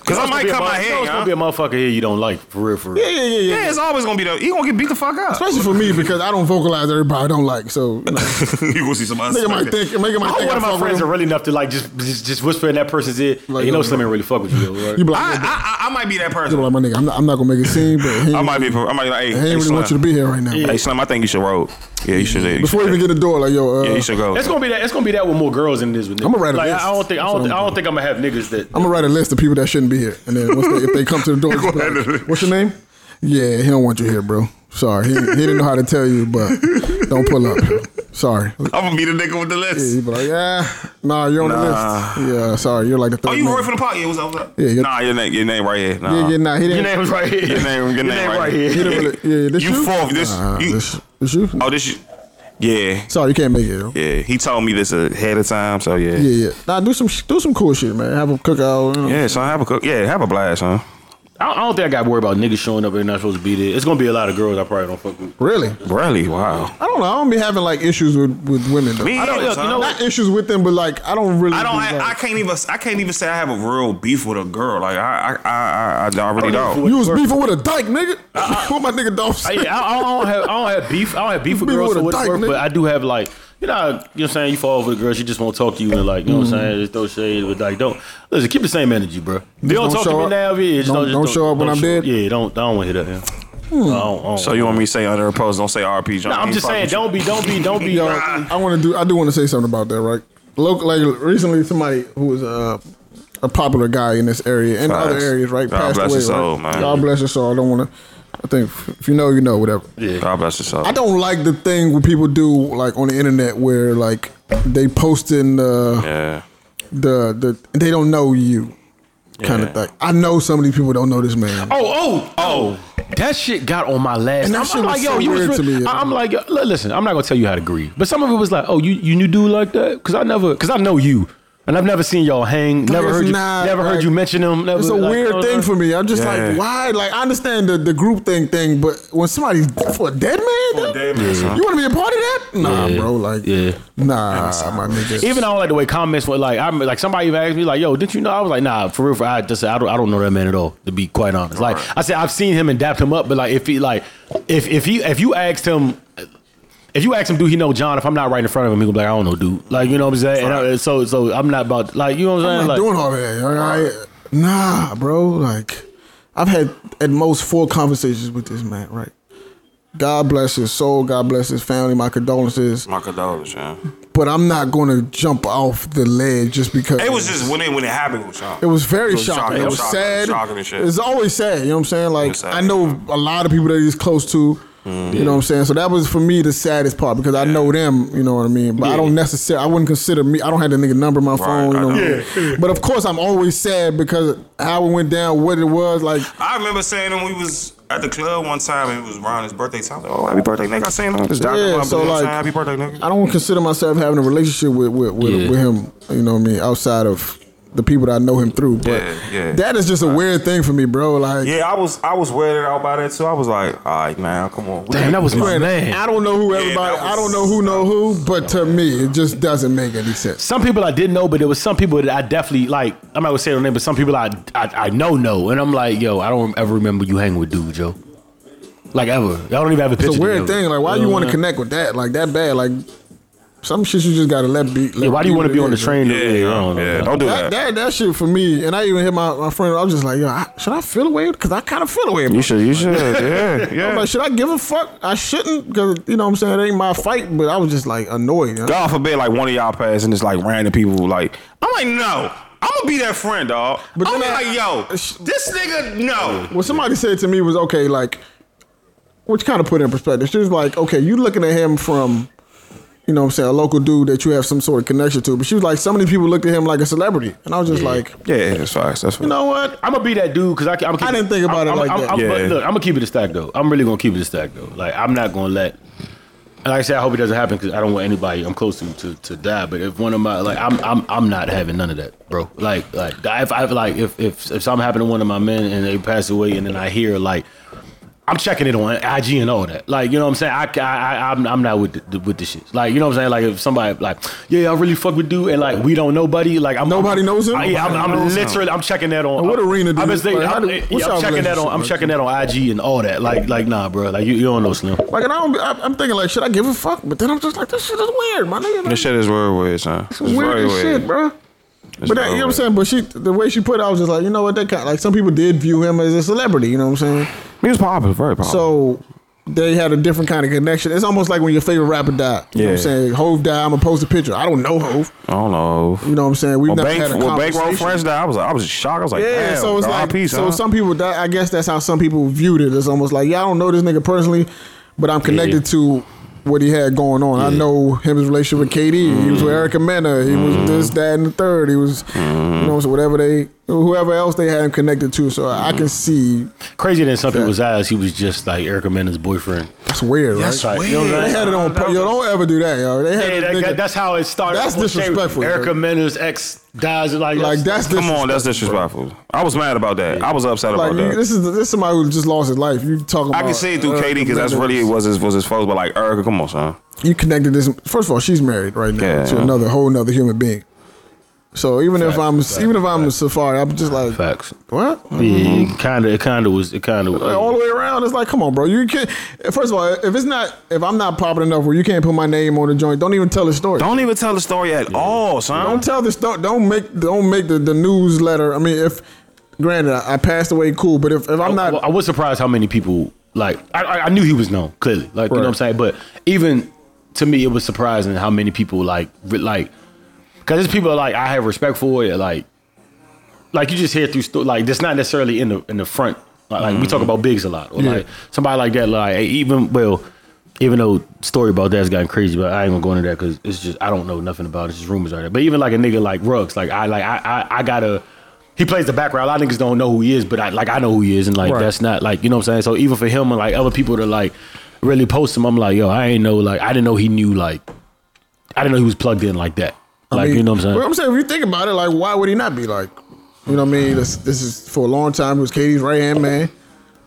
[SPEAKER 3] because I might cut my
[SPEAKER 4] You know
[SPEAKER 3] hair.
[SPEAKER 4] it's gonna
[SPEAKER 3] huh?
[SPEAKER 4] be a motherfucker here you don't like for real, for real.
[SPEAKER 2] Yeah, yeah, yeah, yeah.
[SPEAKER 3] Yeah, it's always gonna be the you gonna get beat the fuck up.
[SPEAKER 2] Especially for me because I don't vocalize everybody I don't like. So you know,
[SPEAKER 3] you gonna see somebody.
[SPEAKER 2] nigga might think, nigga might
[SPEAKER 4] I hope
[SPEAKER 2] think I'm
[SPEAKER 4] one of my
[SPEAKER 2] fucking with
[SPEAKER 4] friends are
[SPEAKER 2] him.
[SPEAKER 4] really enough to like just just, just whisper in that person's ear.
[SPEAKER 2] Like,
[SPEAKER 4] Like, you know,
[SPEAKER 2] yo,
[SPEAKER 4] Slim ain't really fuck with you, yo, right?
[SPEAKER 2] You be
[SPEAKER 3] I,
[SPEAKER 2] like,
[SPEAKER 3] I, I I might be that
[SPEAKER 2] you be
[SPEAKER 3] person.
[SPEAKER 2] like, my nigga, I'm not, I'm not gonna make a scene, but he,
[SPEAKER 3] I might be. I might be like, hey,
[SPEAKER 2] he
[SPEAKER 3] hey,
[SPEAKER 2] ain't really
[SPEAKER 3] Slim.
[SPEAKER 2] want you to be here right now.
[SPEAKER 3] Hey, Slim, I think you should roll. Yeah, you should. you
[SPEAKER 2] Before you
[SPEAKER 3] should-
[SPEAKER 2] even get the door, like yo, uh,
[SPEAKER 3] yeah, you should go.
[SPEAKER 4] It's gonna be that. It's gonna be that with more girls than it is with niggas.
[SPEAKER 2] I'ma write a
[SPEAKER 4] like,
[SPEAKER 2] list.
[SPEAKER 4] I don't think. I
[SPEAKER 2] That's what
[SPEAKER 4] don't.
[SPEAKER 2] I'm
[SPEAKER 4] I don't think I'm gonna have niggas that.
[SPEAKER 2] I'm gonna write a list of people that shouldn't be here, and then once they, if they come to the door, just be like, what's your name? Yeah, he don't want you here, bro. Sorry, he, he didn't know how to tell you, but don't pull up. Sorry.
[SPEAKER 3] I'm gonna be the nigga with the
[SPEAKER 2] Yeah,
[SPEAKER 3] list.
[SPEAKER 2] you be like, yeah, nah, you're on
[SPEAKER 3] Nah.
[SPEAKER 2] the list. Yeah, sorry, you're like the third.
[SPEAKER 3] Oh, you
[SPEAKER 2] man.
[SPEAKER 3] Roy from the pot? Yeah, what's up? What's up?
[SPEAKER 2] Yeah, yeah.
[SPEAKER 3] nah, your name, your name right here. Nah.
[SPEAKER 2] Yeah, yeah, nah, he didn't.
[SPEAKER 4] Your name was right here.
[SPEAKER 3] Your name, your name, right, here.
[SPEAKER 2] He didn't really, yeah, this
[SPEAKER 3] You
[SPEAKER 2] you
[SPEAKER 3] fourth, this-
[SPEAKER 2] Nah,
[SPEAKER 3] you-
[SPEAKER 2] this, this you?
[SPEAKER 3] Oh, this. You, yeah,
[SPEAKER 2] Sorry, you can't make it. Yo. Yeah.
[SPEAKER 3] yeah. He told me this ahead of time, so yeah.
[SPEAKER 2] yeah, Nah, do some sh- do some cool shit, man. Have a cookout. You know.
[SPEAKER 3] Yeah, so have a cook. Yeah, have a blast, huh?
[SPEAKER 4] I don't, I don't think I got to worry about niggas showing up and not supposed to be there. It's gonna be a lot of girls I probably don't fuck with.
[SPEAKER 2] Really?
[SPEAKER 3] Really? Wow.
[SPEAKER 2] I don't know. I don't be having like issues with with women. Though.
[SPEAKER 3] Me
[SPEAKER 2] I don't,
[SPEAKER 3] either, son.
[SPEAKER 2] you know, not issues with them, but like I don't really.
[SPEAKER 3] I don't.
[SPEAKER 2] be,
[SPEAKER 3] I,
[SPEAKER 2] like-
[SPEAKER 3] I can't even. I can't even say I have a real beef with a girl. Like I, I, I, I, I really don't.
[SPEAKER 2] you was beefing with a dyke, nigga.
[SPEAKER 3] Uh-uh.
[SPEAKER 2] what my nigga don't
[SPEAKER 4] I,
[SPEAKER 2] say.
[SPEAKER 4] yeah, I, I don't have. I don't have beef. I don't have beef with
[SPEAKER 2] Be
[SPEAKER 4] girls
[SPEAKER 2] with
[SPEAKER 4] or
[SPEAKER 2] a dyke,
[SPEAKER 4] whatever.
[SPEAKER 2] nigga.
[SPEAKER 4] But I do have like. You know, how- you know what I'm saying? You fall over the girl, she just won't talk to you and like, you know
[SPEAKER 2] Mm-hmm.
[SPEAKER 4] what I'm saying? Just throw shade, but like, don't listen. Keep the same energy, bro. You don't,
[SPEAKER 2] don't
[SPEAKER 4] talk to
[SPEAKER 2] show
[SPEAKER 4] me
[SPEAKER 2] up.
[SPEAKER 4] now. Yeah, just
[SPEAKER 2] Don't-
[SPEAKER 4] just
[SPEAKER 2] don't show up when
[SPEAKER 4] don't
[SPEAKER 2] I'm
[SPEAKER 4] show
[SPEAKER 2] dead. Hmm.
[SPEAKER 4] Yeah, don't. I don't want to hear that. Yeah. I don't- I don't-
[SPEAKER 3] So you want me to say under a post? Don't say RP. John.
[SPEAKER 4] No, I'm
[SPEAKER 3] Ain't
[SPEAKER 4] just
[SPEAKER 3] fuck
[SPEAKER 4] saying,
[SPEAKER 3] with you.
[SPEAKER 4] don't be, don't be, don't be.
[SPEAKER 2] Yo, I want to do. I do want to say something about that, right? Local, like recently, somebody who was a a popular guy in this area and other
[SPEAKER 3] Facts.
[SPEAKER 2] areas, right?
[SPEAKER 3] God bless his
[SPEAKER 2] right?
[SPEAKER 3] soul, man.
[SPEAKER 2] God bless your soul. I don't want to. I think if you know, you know, whatever.
[SPEAKER 3] God bless yourself.
[SPEAKER 2] I don't like the thing what people do, like on the internet, where like they posting the
[SPEAKER 3] Yeah.
[SPEAKER 2] the the they don't know you kind
[SPEAKER 3] Yeah.
[SPEAKER 2] of thing. I know some of these people don't know this man.
[SPEAKER 4] Oh, oh, oh! That shit got on my last.
[SPEAKER 2] And that
[SPEAKER 4] I'm,
[SPEAKER 2] shit
[SPEAKER 4] I'm
[SPEAKER 2] was
[SPEAKER 4] like, yo,
[SPEAKER 2] so
[SPEAKER 4] you
[SPEAKER 2] weird
[SPEAKER 4] was
[SPEAKER 2] to
[SPEAKER 4] real-
[SPEAKER 2] me.
[SPEAKER 4] I- I'm like, yo, li- listen, I'm not gonna tell you how to agree, but some of it was like, oh, you you knew dude like that? Because I never, because I know you, and I've never seen y'all hang, never
[SPEAKER 2] it's
[SPEAKER 4] heard you,
[SPEAKER 2] not,
[SPEAKER 4] never heard
[SPEAKER 2] like,
[SPEAKER 4] you mention him. Never,
[SPEAKER 2] It's a
[SPEAKER 4] like,
[SPEAKER 2] weird
[SPEAKER 4] uh,
[SPEAKER 2] thing for me. I'm just
[SPEAKER 3] Yeah.
[SPEAKER 2] like, why? Like, I understand the, the group thing thing, but when somebody's for a dead man,
[SPEAKER 3] For a dead man, son.
[SPEAKER 2] you want to be a part of that? Nah,
[SPEAKER 4] Yeah.
[SPEAKER 2] bro. Like,
[SPEAKER 4] Yeah.
[SPEAKER 2] nah, my nigga.
[SPEAKER 4] Even I don't like the way comments were like. I'm like somebody even asked me like, "Yo, did you know?" I was like, "Nah, for real. For, I just I don't I don't know that man at all. To be quite honest, like I said, I've seen him and dapped him up, but like if he like if if he if you asked him. If you ask him, do he know John? If I'm not right in front of him, he gonna be like, I don't know, dude. Like, you know what I'm saying? And I, so, so I'm not about like, you know what I'm saying?
[SPEAKER 2] I'm not
[SPEAKER 4] like,
[SPEAKER 2] doing all that. all right? Nah, bro. Like, I've had at most four conversations with this man, right? God bless his soul. God bless his family. My condolences.
[SPEAKER 3] My condolences, man.
[SPEAKER 2] but I'm not going to jump off the ledge just because
[SPEAKER 3] It was just when it when it happened. It was shocking.
[SPEAKER 2] It was very
[SPEAKER 3] It was
[SPEAKER 2] shocking.
[SPEAKER 3] shocking.
[SPEAKER 2] It was
[SPEAKER 3] Shocking.
[SPEAKER 2] sad.
[SPEAKER 3] Shocking and shit.
[SPEAKER 2] It's always sad. You know what I'm saying? Like
[SPEAKER 3] It's sad. Mm-hmm.
[SPEAKER 2] I know a lot of people that he's close to. You know what I'm saying? So that was for me the saddest part because I know them. You know what I mean? But I don't necessarily. I wouldn't consider me. I don't have the nigga number on my phone. You
[SPEAKER 3] I
[SPEAKER 2] know
[SPEAKER 3] know.
[SPEAKER 2] what I mean? But of course, I'm always sad because how it went down, what it was like.
[SPEAKER 3] I remember saying when we was at the club one time and it was around his birthday time. Like, oh, happy birthday, nigga! I seen him. This doctor,
[SPEAKER 2] Yeah,
[SPEAKER 3] yeah,
[SPEAKER 2] so, like-
[SPEAKER 3] happy birthday, nigga.
[SPEAKER 2] I don't consider myself having a relationship with with, with,
[SPEAKER 4] Yeah.
[SPEAKER 2] with him. You know what I mean? Outside of the people that I know him through, but
[SPEAKER 3] Yeah, yeah.
[SPEAKER 2] that is just a weird thing for me, bro. Like.
[SPEAKER 3] Yeah, I was I was weirded out by that too. I was like, all right, man, come on. We
[SPEAKER 4] Damn, that was my man.
[SPEAKER 2] I don't know who everybody.
[SPEAKER 3] that
[SPEAKER 2] I don't
[SPEAKER 3] was-
[SPEAKER 2] know who know who, but to me, it just doesn't make any sense.
[SPEAKER 4] some people I didn't know, but there was some people that I definitely like. I'm not gonna say their name, but some people I I, I know know, and I'm like, yo, I don't ever remember you hanging with dude, Joe. Like ever, I don't even have a picture.
[SPEAKER 2] It's a weird
[SPEAKER 4] together.
[SPEAKER 2] thing. Like, why
[SPEAKER 4] know
[SPEAKER 2] you
[SPEAKER 4] what
[SPEAKER 2] want
[SPEAKER 4] I'm
[SPEAKER 2] to
[SPEAKER 4] saying?
[SPEAKER 2] connect with that? Like that bad. Like some shit you just gotta let be. let
[SPEAKER 4] Yeah, why do you want to
[SPEAKER 2] what
[SPEAKER 4] be
[SPEAKER 2] it
[SPEAKER 4] on the
[SPEAKER 2] is.
[SPEAKER 4] train?
[SPEAKER 3] Yeah,
[SPEAKER 4] I don't know.
[SPEAKER 3] yeah, don't do
[SPEAKER 2] That,
[SPEAKER 3] that.
[SPEAKER 2] that that shit for me, and I even hit my, my friend. I was just like, yo, I, should I feel away? Because I kind of feel away.
[SPEAKER 3] You
[SPEAKER 2] About it.
[SPEAKER 3] should, you should, yeah,
[SPEAKER 2] I'm
[SPEAKER 3] yeah.
[SPEAKER 2] like, should I give a fuck? I shouldn't, because you know what I'm saying. It ain't my fight, but I was just like annoyed. You know?
[SPEAKER 3] God forbid, like one of y'all pass and it's like random people. Like, I'm like, no, I'm gonna be that friend, dog.
[SPEAKER 2] But
[SPEAKER 3] I'm
[SPEAKER 2] then I-
[SPEAKER 3] like, yo, this nigga, no.
[SPEAKER 2] What somebody said to me was okay, like, which kind of put it in perspective. She was like, okay, you looking at him from, you know what I'm saying, a local dude that you have some sort of connection to. But she was like, so many people looked at him like a celebrity. And I was just like, you
[SPEAKER 3] Yeah, that's facts. That's facts.
[SPEAKER 2] know what?
[SPEAKER 4] I'm gonna be that dude because I, I'm.
[SPEAKER 2] I didn't think about it
[SPEAKER 4] I'm,
[SPEAKER 2] like
[SPEAKER 4] I'm,
[SPEAKER 2] that.
[SPEAKER 4] I'm, but
[SPEAKER 3] Yeah.
[SPEAKER 4] look, I'm gonna keep it a stack though. I'm really gonna keep it a stack though. Like I'm not gonna let. And like I said, I hope it doesn't happen because I don't want anybody I'm close to, to to die. But if one of my like, I'm I'm I'm not having none of that, bro. Like like if I like if if if something happened to one of my men and they pass away and then I hear like. I'm checking it on IG and all that. Like, you know what I'm saying? I, I, I I'm, I'm not with the, with the shit. Like, you know what I'm saying? Like, if somebody like, yeah, I really fuck with dude, and like, we don't know, buddy. Like, I'm,
[SPEAKER 2] Nobody
[SPEAKER 4] I'm-
[SPEAKER 2] knows him?
[SPEAKER 4] I, yeah, I'm, I'm
[SPEAKER 2] Nobody knows him.
[SPEAKER 4] literally, I'm checking that on.
[SPEAKER 2] And Oh, what arena do
[SPEAKER 4] I'm,
[SPEAKER 2] you-
[SPEAKER 4] just thinking,
[SPEAKER 2] like, how do-
[SPEAKER 4] I'm,
[SPEAKER 2] what's
[SPEAKER 4] yeah, I'm
[SPEAKER 2] y'all
[SPEAKER 4] checking that on. I'm
[SPEAKER 2] relationship,
[SPEAKER 4] checking that on IG and all that. Like, like, nah, bro. Like, you, you don't know Slim.
[SPEAKER 2] Like, and I don't, be- I, I'm thinking, like, should I give a fuck? But then I'm just like, this shit is weird, my nigga. Like,
[SPEAKER 3] This shit is real weird, son. It's
[SPEAKER 2] weird
[SPEAKER 3] very
[SPEAKER 2] as shit, bro.
[SPEAKER 3] It's
[SPEAKER 2] but that,
[SPEAKER 3] very
[SPEAKER 2] you know what I'm
[SPEAKER 3] weird.
[SPEAKER 2] saying? But she, the way she put it, I was just like, you know what? That kind like some people did view him as a celebrity. You know what I'm saying?
[SPEAKER 3] He was popular, very popular.
[SPEAKER 2] So they had a different kind of connection. It's almost like when your favorite rapper died. You know what I'm
[SPEAKER 3] Yeah.
[SPEAKER 2] saying? Hove died, I'm gonna post a picture. I don't know Hove.
[SPEAKER 3] I don't know.
[SPEAKER 2] You know what I'm saying? We've
[SPEAKER 3] When
[SPEAKER 2] never had
[SPEAKER 3] bank,
[SPEAKER 2] a
[SPEAKER 3] when bankroll
[SPEAKER 2] conversation.
[SPEAKER 3] friends died, I was like, I was shocked. I was like,
[SPEAKER 2] yeah,
[SPEAKER 3] damn,
[SPEAKER 2] so it's like
[SPEAKER 3] RIP,
[SPEAKER 2] so
[SPEAKER 3] son.
[SPEAKER 2] some people that I guess that's how some people viewed it. It's almost like, yeah, I don't know this nigga personally, but I'm connected to what he had going on. I know him his relationship with KD. He was with
[SPEAKER 3] Mm.
[SPEAKER 2] Erica Mena. He was this, that, and the third. He was you know, so whatever they whoever else they had him connected to. So I can see
[SPEAKER 4] Crazier than some people's eyes, he was just like Erica Mena's boyfriend.
[SPEAKER 2] that's weird, right?
[SPEAKER 4] That's right. You know what I'm
[SPEAKER 2] They
[SPEAKER 4] saying?
[SPEAKER 2] had it on. Yo, don't ever do that, yo. They had
[SPEAKER 4] Yeah,
[SPEAKER 2] it,
[SPEAKER 4] that,
[SPEAKER 2] nigga,
[SPEAKER 4] that's how it started.
[SPEAKER 2] That's disrespectful, yo.
[SPEAKER 4] Erica Mena's ex dies. Like,
[SPEAKER 2] like that's this.
[SPEAKER 3] Come on, that's disrespectful. I was mad about that. I was upset
[SPEAKER 2] Like
[SPEAKER 3] about
[SPEAKER 2] you,
[SPEAKER 3] that.
[SPEAKER 2] this is this is somebody who just lost his life. You talking?
[SPEAKER 3] I
[SPEAKER 2] about,
[SPEAKER 3] can see it through
[SPEAKER 2] uh,
[SPEAKER 3] KD because that's
[SPEAKER 2] commitment.
[SPEAKER 3] really was his was his folks. But like Erica, come on, son.
[SPEAKER 2] you connected this. First of all, she's married right now
[SPEAKER 3] Yeah.
[SPEAKER 2] to another whole another human being. So even if
[SPEAKER 4] Facts,
[SPEAKER 2] I'm
[SPEAKER 4] facts,
[SPEAKER 2] even if I'm a safari, I'm just like
[SPEAKER 4] facts.
[SPEAKER 2] what?
[SPEAKER 4] Yeah, it kind of, it kind of was, it kind of.
[SPEAKER 2] Like, Mm-hmm. all the way around, it's like, come on, bro. You can't. First of all, if it's not, if I'm not popping enough where you can't put my name on the joint, don't even tell the story.
[SPEAKER 3] Don't even tell the story at all, son.
[SPEAKER 2] Don't tell this. Don't don't make don't make the, the newsletter. I mean, if granted, I, I passed away, cool. But if, if I'm
[SPEAKER 4] I,
[SPEAKER 2] not,
[SPEAKER 4] I was surprised how many people like I, I, I knew he was known clearly, like you know what I'm
[SPEAKER 2] Right.
[SPEAKER 4] saying. But even to me, it was surprising how many people like re- like because there's people like I have respect for it, like like you just hear through sto- like that's not necessarily in the in the front. Like, like, we talk
[SPEAKER 2] Mm-hmm.
[SPEAKER 4] about bigs a lot, or like somebody like that, like even well. Even though story about that's gotten crazy, but I ain't gonna go into that because it's just I don't know nothing about it. It's just rumors out there. But even like a nigga like Ruggs, like I like I I, I gotta he plays the background. A lot of niggas don't know who he is, but I like I know who he is, and like
[SPEAKER 2] Right.
[SPEAKER 4] that's not like you know what I'm saying. So even for him and like other people to like really post him, I'm like yo, I ain't know like I didn't know he knew like I didn't know he was plugged in like that. Like
[SPEAKER 2] mean,
[SPEAKER 4] you know what I'm
[SPEAKER 2] Well,
[SPEAKER 4] saying.
[SPEAKER 2] I'm saying if you think about it, like why would he not be like? You know what I mean? This, this is for a long time. He was Katie's right hand man.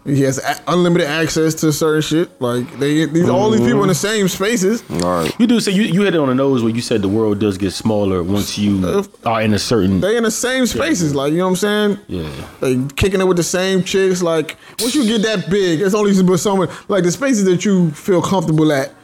[SPEAKER 2] He has a- unlimited access to certain shit. Like they, these, all these people in the
[SPEAKER 4] Mm-hmm.
[SPEAKER 2] same spaces.
[SPEAKER 3] All right.
[SPEAKER 4] You do say you, you hit it on the nose where you said the world does get smaller once you are in a certain
[SPEAKER 2] Uh, They in the same spaces. Like you know what I'm saying?
[SPEAKER 4] yeah.
[SPEAKER 2] Like kicking it with the same chicks. Like once you get that big, it's only but so much. Like the spaces that you feel comfortable at.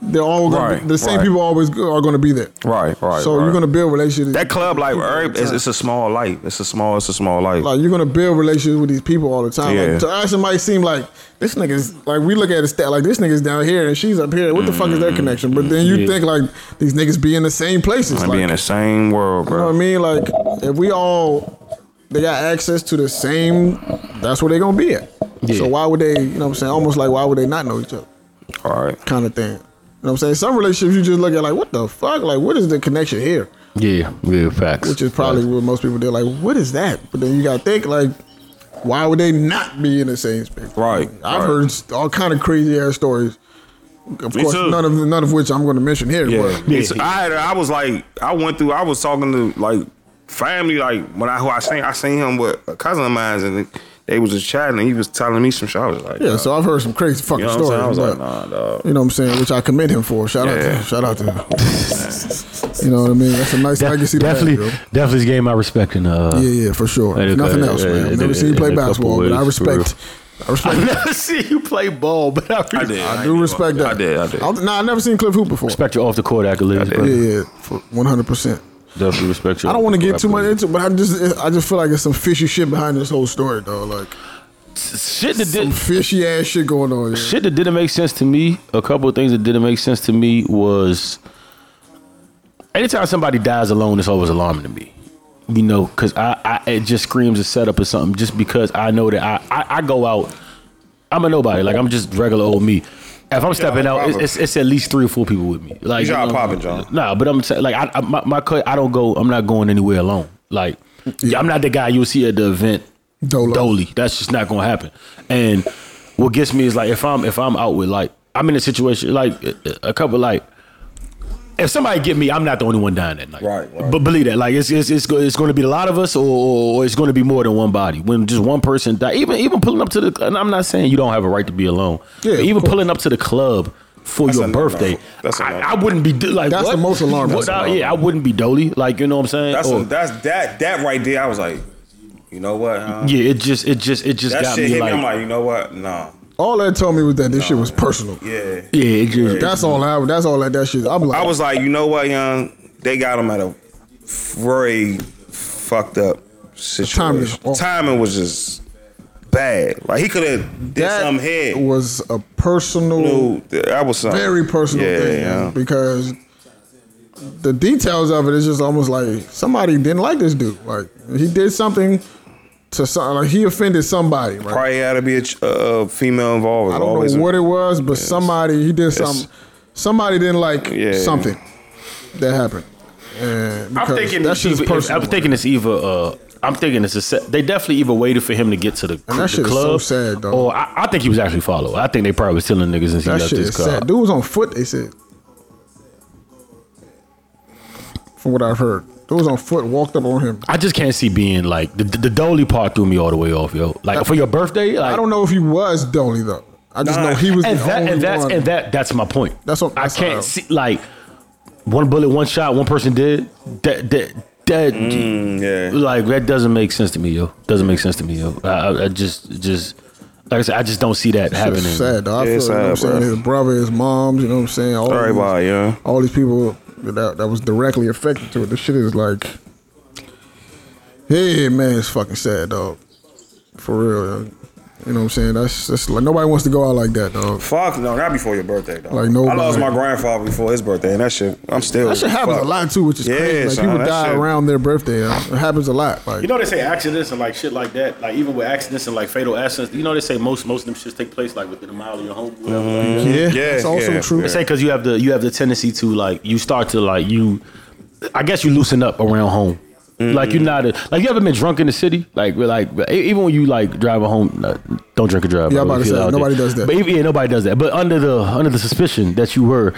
[SPEAKER 2] They're all gonna be,
[SPEAKER 3] Right,
[SPEAKER 2] the same
[SPEAKER 3] right.
[SPEAKER 2] people always go- are going to be there.
[SPEAKER 3] Right, right.
[SPEAKER 2] so you're
[SPEAKER 3] right.
[SPEAKER 2] going to build relationships.
[SPEAKER 3] that club life. Herb, it's, it's a small life. It's a small. It's a small life.
[SPEAKER 2] like you're gonna build relationships with these people all the time.
[SPEAKER 3] Yeah.
[SPEAKER 2] Like, to us, it might seem like this nigga's like we look at it stat like this nigga's down here and she's up here. What the fuck is
[SPEAKER 3] Mm-hmm.
[SPEAKER 2] their connection? But then you think like these niggas be in the same places.
[SPEAKER 3] Might
[SPEAKER 2] Like,
[SPEAKER 3] be in the same world,
[SPEAKER 2] you know
[SPEAKER 3] bro.
[SPEAKER 2] what I mean? Like if we all they got access to the same, that's where they gonna be at.
[SPEAKER 4] Yeah.
[SPEAKER 2] So why would they? You know what I'm saying? Almost like why would they not know each other?
[SPEAKER 3] All right.
[SPEAKER 2] Kind of thing. You know what I'm saying? Some relationships you just look at like what the fuck? Like what is the connection here?
[SPEAKER 4] Yeah, yeah, facts.
[SPEAKER 2] which is probably what most people do. Like, what is that? But then you gotta think like, why would they not be in the same space?
[SPEAKER 3] Right,
[SPEAKER 2] I've
[SPEAKER 3] right.
[SPEAKER 2] heard all kind of crazy ass stories. Of
[SPEAKER 3] Me
[SPEAKER 2] course,
[SPEAKER 3] too.
[SPEAKER 2] none of none of which I'm going to mention here.
[SPEAKER 3] Yeah.
[SPEAKER 2] But
[SPEAKER 3] It's- I had, I was like, I went through. I was talking to like family, like when I who I seen, I seen him with a cousin of mine, and they was just chatting, and he was telling me some shit. I was like,
[SPEAKER 2] yeah,
[SPEAKER 3] nah.
[SPEAKER 2] so I've heard some crazy fucking
[SPEAKER 3] you know what I'm
[SPEAKER 2] stories.
[SPEAKER 3] saying? I was like,
[SPEAKER 2] but-
[SPEAKER 3] nah, dog.
[SPEAKER 2] You know what I'm saying? Which I commend him for. Shout out to
[SPEAKER 3] Yeah.
[SPEAKER 2] him. Shout out to him. you know what I mean? That's a nice
[SPEAKER 4] De-
[SPEAKER 2] legacy. to have,
[SPEAKER 4] definitely,
[SPEAKER 2] bro.
[SPEAKER 4] definitely is a game I respect and uh.
[SPEAKER 2] Yeah, yeah, for sure.
[SPEAKER 4] And
[SPEAKER 2] If
[SPEAKER 4] it-
[SPEAKER 2] Nothing
[SPEAKER 4] uh,
[SPEAKER 2] else,
[SPEAKER 4] uh,
[SPEAKER 2] man. I've
[SPEAKER 4] it-
[SPEAKER 2] never
[SPEAKER 4] it-
[SPEAKER 2] seen you play
[SPEAKER 4] in a couple
[SPEAKER 2] basketball, but I
[SPEAKER 4] ways, for
[SPEAKER 2] respect. I respect.
[SPEAKER 4] never see you play ball, but I,
[SPEAKER 3] I did.
[SPEAKER 2] I do respect that.
[SPEAKER 3] I did. I did.
[SPEAKER 2] I, nah, I never seen Cliff Hoop before.
[SPEAKER 4] respect your off the court accolades,
[SPEAKER 2] Yeah, yeah,
[SPEAKER 4] bro.
[SPEAKER 2] one hundred percent.
[SPEAKER 4] Definitely respect your.
[SPEAKER 2] I don't want to get too much
[SPEAKER 4] into
[SPEAKER 2] into, it, but I just I just feel like there's some fishy shit behind this whole story, though. Like
[SPEAKER 4] shit that
[SPEAKER 2] some
[SPEAKER 4] did
[SPEAKER 2] fishy ass shit going on. Here.
[SPEAKER 4] shit that didn't make sense to me. A couple of things that didn't make sense to me was anytime somebody dies alone, it's always alarming to me. You know, because I, I it just screams a setup or something. Just because I know that I I, I go out, I'm a nobody. Like I'm just regular old me. If I'm stepping out, it's,
[SPEAKER 3] poppin'.
[SPEAKER 4] it's, it's at least three or four people with me. Like
[SPEAKER 3] You y'all
[SPEAKER 4] know,
[SPEAKER 3] poppin', John.
[SPEAKER 4] Nah, but I'm saying like I, I my, my cut. I don't go. I'm not going anywhere alone. Like I'm not the guy you'll see at the event
[SPEAKER 2] Dolo.
[SPEAKER 4] Dolly. That's just not gonna happen. And what gets me is like if I'm if I'm out with like I'm in a situation like a- a couple like if somebody get me, I'm not the only one dying that night.
[SPEAKER 3] Right, right.
[SPEAKER 4] But believe that, like it's it's it's, go- it's going to be a lot of us, or, or, or it's going to be more than one body. When just one person die, even even pulling up to the, and I'm not saying you don't have a right to be alone.
[SPEAKER 2] Yeah,
[SPEAKER 4] but
[SPEAKER 2] of
[SPEAKER 4] even
[SPEAKER 2] course.
[SPEAKER 4] pulling up to the club for
[SPEAKER 3] That's
[SPEAKER 4] your
[SPEAKER 3] a no-no.
[SPEAKER 4] birthday,
[SPEAKER 3] That's a
[SPEAKER 4] I,
[SPEAKER 3] no-no.
[SPEAKER 4] I wouldn't be do- like
[SPEAKER 2] That's the
[SPEAKER 4] what?
[SPEAKER 2] most alarming.
[SPEAKER 4] What?
[SPEAKER 2] That's
[SPEAKER 4] yeah, I wouldn't be Dolly. Like you know what I'm saying?
[SPEAKER 3] That's
[SPEAKER 4] Or-
[SPEAKER 3] a, that's that that right there. I was like, you know what? Huh?
[SPEAKER 4] yeah, it just it just it just
[SPEAKER 3] that
[SPEAKER 4] got
[SPEAKER 3] shit
[SPEAKER 4] me
[SPEAKER 3] hit
[SPEAKER 4] like,
[SPEAKER 3] me. I'm like, you know what? Nah.
[SPEAKER 2] All that told me was that this shit was personal.
[SPEAKER 3] Yeah.
[SPEAKER 4] yeah, it just,
[SPEAKER 2] That's all I. That's all that that shit. I'm like,
[SPEAKER 3] I was like, you know what, young? They got him at a very fucked up
[SPEAKER 2] timing
[SPEAKER 3] situation.
[SPEAKER 2] is
[SPEAKER 3] Timing,
[SPEAKER 2] off.
[SPEAKER 3] was just bad. Like he could have did
[SPEAKER 2] that
[SPEAKER 3] some head.
[SPEAKER 2] was a personal,
[SPEAKER 3] Dude, that was something
[SPEAKER 2] very personal
[SPEAKER 3] Yeah,
[SPEAKER 2] thing man,
[SPEAKER 3] yeah.
[SPEAKER 2] because the details of it is just almost like somebody didn't like this dude. Like he did something to some, like he offended somebody. Right?
[SPEAKER 3] Probably had to be a ch- uh, female involved.
[SPEAKER 2] I don't
[SPEAKER 3] Always a-
[SPEAKER 2] know what it was, but somebody he did something. Somebody didn't like
[SPEAKER 3] Yeah.
[SPEAKER 2] something that happened. And
[SPEAKER 4] I'm
[SPEAKER 2] because
[SPEAKER 4] thinking
[SPEAKER 2] that shit is
[SPEAKER 4] either-
[SPEAKER 2] personal.
[SPEAKER 4] I'm thinking it's either. Uh, I'm thinking it's a. set- They definitely either waited for him to get to the,
[SPEAKER 2] And that
[SPEAKER 4] the
[SPEAKER 2] shit is so
[SPEAKER 4] club.
[SPEAKER 2] sad, dog.
[SPEAKER 4] Or I, I think he was actually followed. I think they probably was telling niggas since he
[SPEAKER 2] that
[SPEAKER 4] left
[SPEAKER 2] shit
[SPEAKER 4] this
[SPEAKER 2] is
[SPEAKER 4] car.
[SPEAKER 2] sad. Dude was on foot. They said, from what I've heard, dude was on foot. Walked up on him.
[SPEAKER 4] I just can't see being like the the, the Dolly part threw me all the way off, yo. Like for your birthday, like
[SPEAKER 2] I don't know if he was Dolly though. I just
[SPEAKER 3] Nah.
[SPEAKER 2] know he was
[SPEAKER 4] and
[SPEAKER 2] the
[SPEAKER 4] that
[SPEAKER 2] only
[SPEAKER 4] and that's
[SPEAKER 2] one.
[SPEAKER 4] and that that's my point.
[SPEAKER 2] That's what- that's
[SPEAKER 4] I can't
[SPEAKER 2] how-
[SPEAKER 4] see like one bullet, one shot, one person did that that that.
[SPEAKER 3] Mm, Yeah.
[SPEAKER 4] Like that doesn't make sense to me, yo. Doesn't make sense to me, yo. I, I- I just, just like I said, I just don't see that
[SPEAKER 2] Shit's
[SPEAKER 4] happening.
[SPEAKER 2] sad. Though. I
[SPEAKER 3] Yeah,
[SPEAKER 2] feel
[SPEAKER 3] it's
[SPEAKER 2] you know what I'm
[SPEAKER 3] sad,
[SPEAKER 2] saying.
[SPEAKER 3] bro.
[SPEAKER 2] His brother, his mom's. You know what I'm saying. All
[SPEAKER 3] Sorry
[SPEAKER 2] these-
[SPEAKER 3] about it, yeah.
[SPEAKER 2] all these people that that was directly affected to it. This shit is like, hey man, it's fucking sad, dog. For real, yo. you know what I'm saying? That's that's like nobody wants to go out like that, dog.
[SPEAKER 3] Fuck no, not before your birthday though.
[SPEAKER 2] Like, nobody.
[SPEAKER 3] I lost my grandfather before his birthday, and that shit, I'm still.
[SPEAKER 2] That shit happens
[SPEAKER 3] fuck.
[SPEAKER 2] a lot too, which is
[SPEAKER 3] Yeah,
[SPEAKER 2] crazy. Like
[SPEAKER 3] son,
[SPEAKER 2] people
[SPEAKER 3] that
[SPEAKER 2] die
[SPEAKER 3] shit-
[SPEAKER 2] around their birthday. yo. It happens a lot. Like
[SPEAKER 5] You know they say accidents and like shit like that. Like even with accidents and like fatal accidents, you know they say most most of them shits take place like within a mile of your home. Whatever.
[SPEAKER 4] Mm-hmm.
[SPEAKER 5] Like,
[SPEAKER 2] yeah,
[SPEAKER 3] Yeah,
[SPEAKER 2] that's also
[SPEAKER 3] yeah,
[SPEAKER 2] true.
[SPEAKER 3] yeah.
[SPEAKER 4] say because you have the you have the tendency to like you start to like you i guess you loosen up around home like you're not a, like you ever been drunk in the city like we're like e- even when you like driving home uh, don't drink and drive
[SPEAKER 2] Yeah,
[SPEAKER 4] by the
[SPEAKER 2] I'm
[SPEAKER 4] way,
[SPEAKER 2] about to
[SPEAKER 4] if you're
[SPEAKER 2] say,
[SPEAKER 4] out there.
[SPEAKER 2] nobody does that.
[SPEAKER 4] but even, yeah nobody does that but under the under the suspicion that you were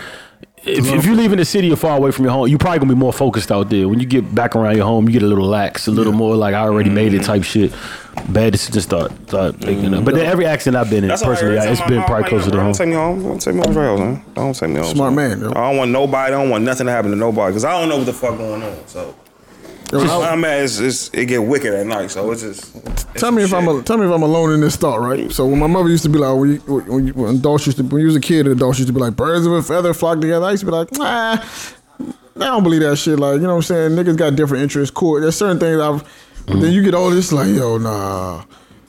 [SPEAKER 4] if, if you live in the city or far away from your home, you're probably gonna be more focused out there. When you get back around your home, you get a little lax, a little more like I already made it type shit. Bad decisions start start picking up. But then every accident I've been in,
[SPEAKER 3] That's all right.
[SPEAKER 4] personally,
[SPEAKER 3] Every
[SPEAKER 4] it's
[SPEAKER 3] time
[SPEAKER 4] been
[SPEAKER 3] I'm out,
[SPEAKER 4] probably
[SPEAKER 3] I'm
[SPEAKER 4] closer
[SPEAKER 3] like,
[SPEAKER 4] to home.
[SPEAKER 3] Don't take me home. Don't take me off rails, man. Don't take me off.
[SPEAKER 2] Smart man, yo.
[SPEAKER 3] I don't want nobody. I don't want nothing to happen to nobody because I don't know what the fuck going on. So Where I'm at is, is it get wicked at night, so it's just. it's
[SPEAKER 2] Tell me if
[SPEAKER 3] shit.
[SPEAKER 2] I'm a, tell me if I'm alone in this thought, right? So when my mother used to be like, when, you, when, you, when adults used to, when you was a kid, the adults used to be like, birds of a feather flock together. I used to be like, ah, I don't believe that shit. Like, you know what I'm saying? Niggas got different interests. Cool. There's certain things I've. but Then you get all this like, yo, nah.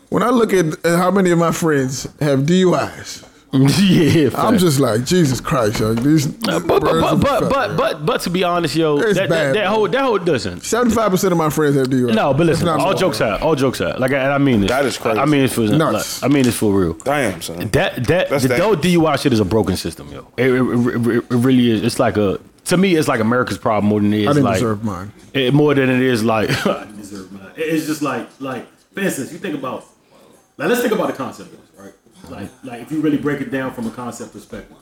[SPEAKER 2] When I look at, at how many of my friends have DUIs,
[SPEAKER 4] yeah,
[SPEAKER 2] I'm
[SPEAKER 4] fact.
[SPEAKER 2] just like, Jesus Christ, yo, these.
[SPEAKER 4] Uh, But but but but, but but but to be honest, yo,
[SPEAKER 2] It's
[SPEAKER 4] that, that,
[SPEAKER 2] bad,
[SPEAKER 4] that
[SPEAKER 2] bro.
[SPEAKER 4] whole that whole doesn't.
[SPEAKER 2] Seventy-five percent of my friends have DUIs.
[SPEAKER 4] No, but
[SPEAKER 2] It's
[SPEAKER 4] listen,
[SPEAKER 2] not
[SPEAKER 4] all
[SPEAKER 2] normal.
[SPEAKER 4] jokes out, all jokes out. Like I, I mean this.
[SPEAKER 3] That is crazy.
[SPEAKER 4] I mean it's for like,
[SPEAKER 2] Nuts.
[SPEAKER 4] I mean it's for real.
[SPEAKER 3] Damn, son.
[SPEAKER 4] That that
[SPEAKER 3] That's
[SPEAKER 4] the
[SPEAKER 3] dangerous.
[SPEAKER 4] whole DUI shit is a broken system, yo. It, it, it, it really is. It's like a to me, it's like America's problem more than it is
[SPEAKER 2] I didn't
[SPEAKER 4] like
[SPEAKER 2] deserve mine.
[SPEAKER 4] it, more than it is like I didn't deserve mine. It- It's just like like for instance, you think about like let's think about the concept, right? Like like if you really break it down from a concept perspective,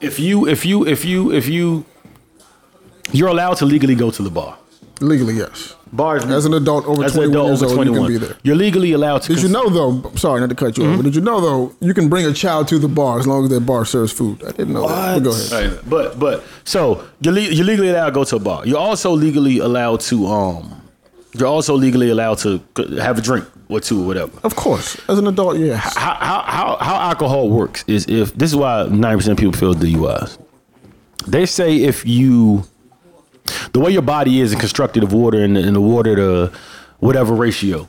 [SPEAKER 4] if you if you if you if you you're allowed to legally go to the bar.
[SPEAKER 2] Legally, yes.
[SPEAKER 4] Bars
[SPEAKER 2] As an adult over
[SPEAKER 4] as an
[SPEAKER 2] 21
[SPEAKER 4] adult
[SPEAKER 2] years
[SPEAKER 4] over
[SPEAKER 2] old, you
[SPEAKER 4] 21,
[SPEAKER 2] can be there.
[SPEAKER 4] you're legally allowed to.
[SPEAKER 2] Did you
[SPEAKER 4] cons-
[SPEAKER 2] know though? I'm Sorry, not to cut you
[SPEAKER 4] Mm-hmm.
[SPEAKER 2] off, but did you know though? You can bring a child to the bar as long as that bar serves food. I didn't know that. But go ahead.
[SPEAKER 4] Right. But but so you're, le- you're legally allowed to go to a bar. You're also legally allowed to um. You're also legally allowed to c- have a drink or two or whatever.
[SPEAKER 2] Of course, as an adult, yeah.
[SPEAKER 4] How how how, how alcohol works is if this is why ninety percent of people feel DUIs. They say if you the way your body is and constructed of water and, and the water to whatever ratio.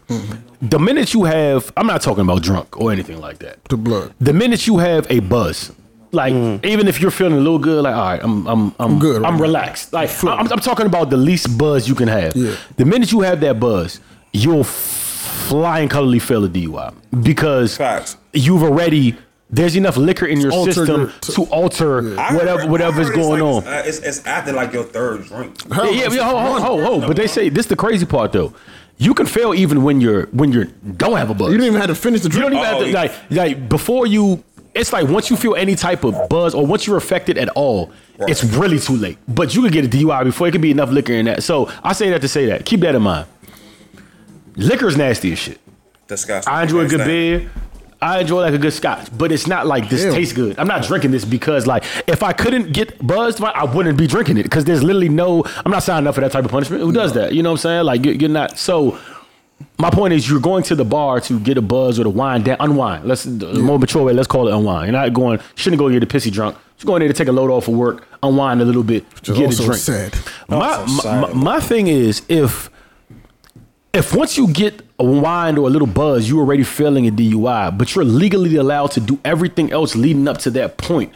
[SPEAKER 4] The minute you have, I'm not talking about drunk or anything like that
[SPEAKER 2] To blood.
[SPEAKER 4] the minute you have a buzz, like even if you're feeling a little good, like all right, I'm I'm I'm,
[SPEAKER 2] Mm. good right
[SPEAKER 4] I'm
[SPEAKER 2] now.
[SPEAKER 4] relaxed. Like I- I'm, I'm talking about the least buzz you can have.
[SPEAKER 2] Yeah.
[SPEAKER 4] The minute you have that buzz, you'll f- flying colorly fail a DUI because
[SPEAKER 3] Facts.
[SPEAKER 4] you've already there's enough liquor in your
[SPEAKER 2] altered
[SPEAKER 4] system
[SPEAKER 2] it.
[SPEAKER 4] to alter
[SPEAKER 3] I
[SPEAKER 4] whatever
[SPEAKER 3] heard- I
[SPEAKER 4] whatever's
[SPEAKER 3] heard it's
[SPEAKER 4] going
[SPEAKER 3] like-
[SPEAKER 4] on.
[SPEAKER 3] uh, It's, it's after like your third drink.
[SPEAKER 2] Hell,
[SPEAKER 4] Yeah,
[SPEAKER 2] that's
[SPEAKER 4] yeah, ho, ho,
[SPEAKER 2] one.
[SPEAKER 4] ho, ho. But they say this is the crazy part though. You can fail even when you're when you don't have a buzz.
[SPEAKER 2] You didn't even have to finish the
[SPEAKER 4] You don't
[SPEAKER 2] drink.
[SPEAKER 4] even have to
[SPEAKER 3] Oh,
[SPEAKER 4] like like before you. It's like once you feel any type of buzz or once you're affected at all,
[SPEAKER 3] Right.
[SPEAKER 4] it's really too late. But you could get a DUI before it could be enough liquor in that. So I say that to say that. Keep that in mind. Liquor's nasty as shit.
[SPEAKER 3] Disgusting.
[SPEAKER 4] I enjoy a good
[SPEAKER 3] Understand.
[SPEAKER 4] beer. I enjoy like a good scotch, but it's not like this
[SPEAKER 2] Ew.
[SPEAKER 4] tastes good. I'm not drinking this because like if I couldn't get buzzed, why- I wouldn't be drinking it because there's literally no. I'm not signing up for that type of punishment. Who does that? You know what I'm saying? Like you're, you're not. So my point is, you're going to the bar to get a buzz or to wind down, unwind. Let's the more mature way. Let's call it unwind. You're not going. Shouldn't go get the pissy drunk. Just going there to take a load off of work, unwind a little bit,
[SPEAKER 2] Which is
[SPEAKER 4] get
[SPEAKER 2] also
[SPEAKER 4] a drink
[SPEAKER 2] sad.
[SPEAKER 4] my,
[SPEAKER 3] so
[SPEAKER 4] my,
[SPEAKER 3] sad.
[SPEAKER 4] my my thing is if if once you get a wind or a little buzz, you already failing a DUI, but you're legally allowed to do everything else leading up to that point.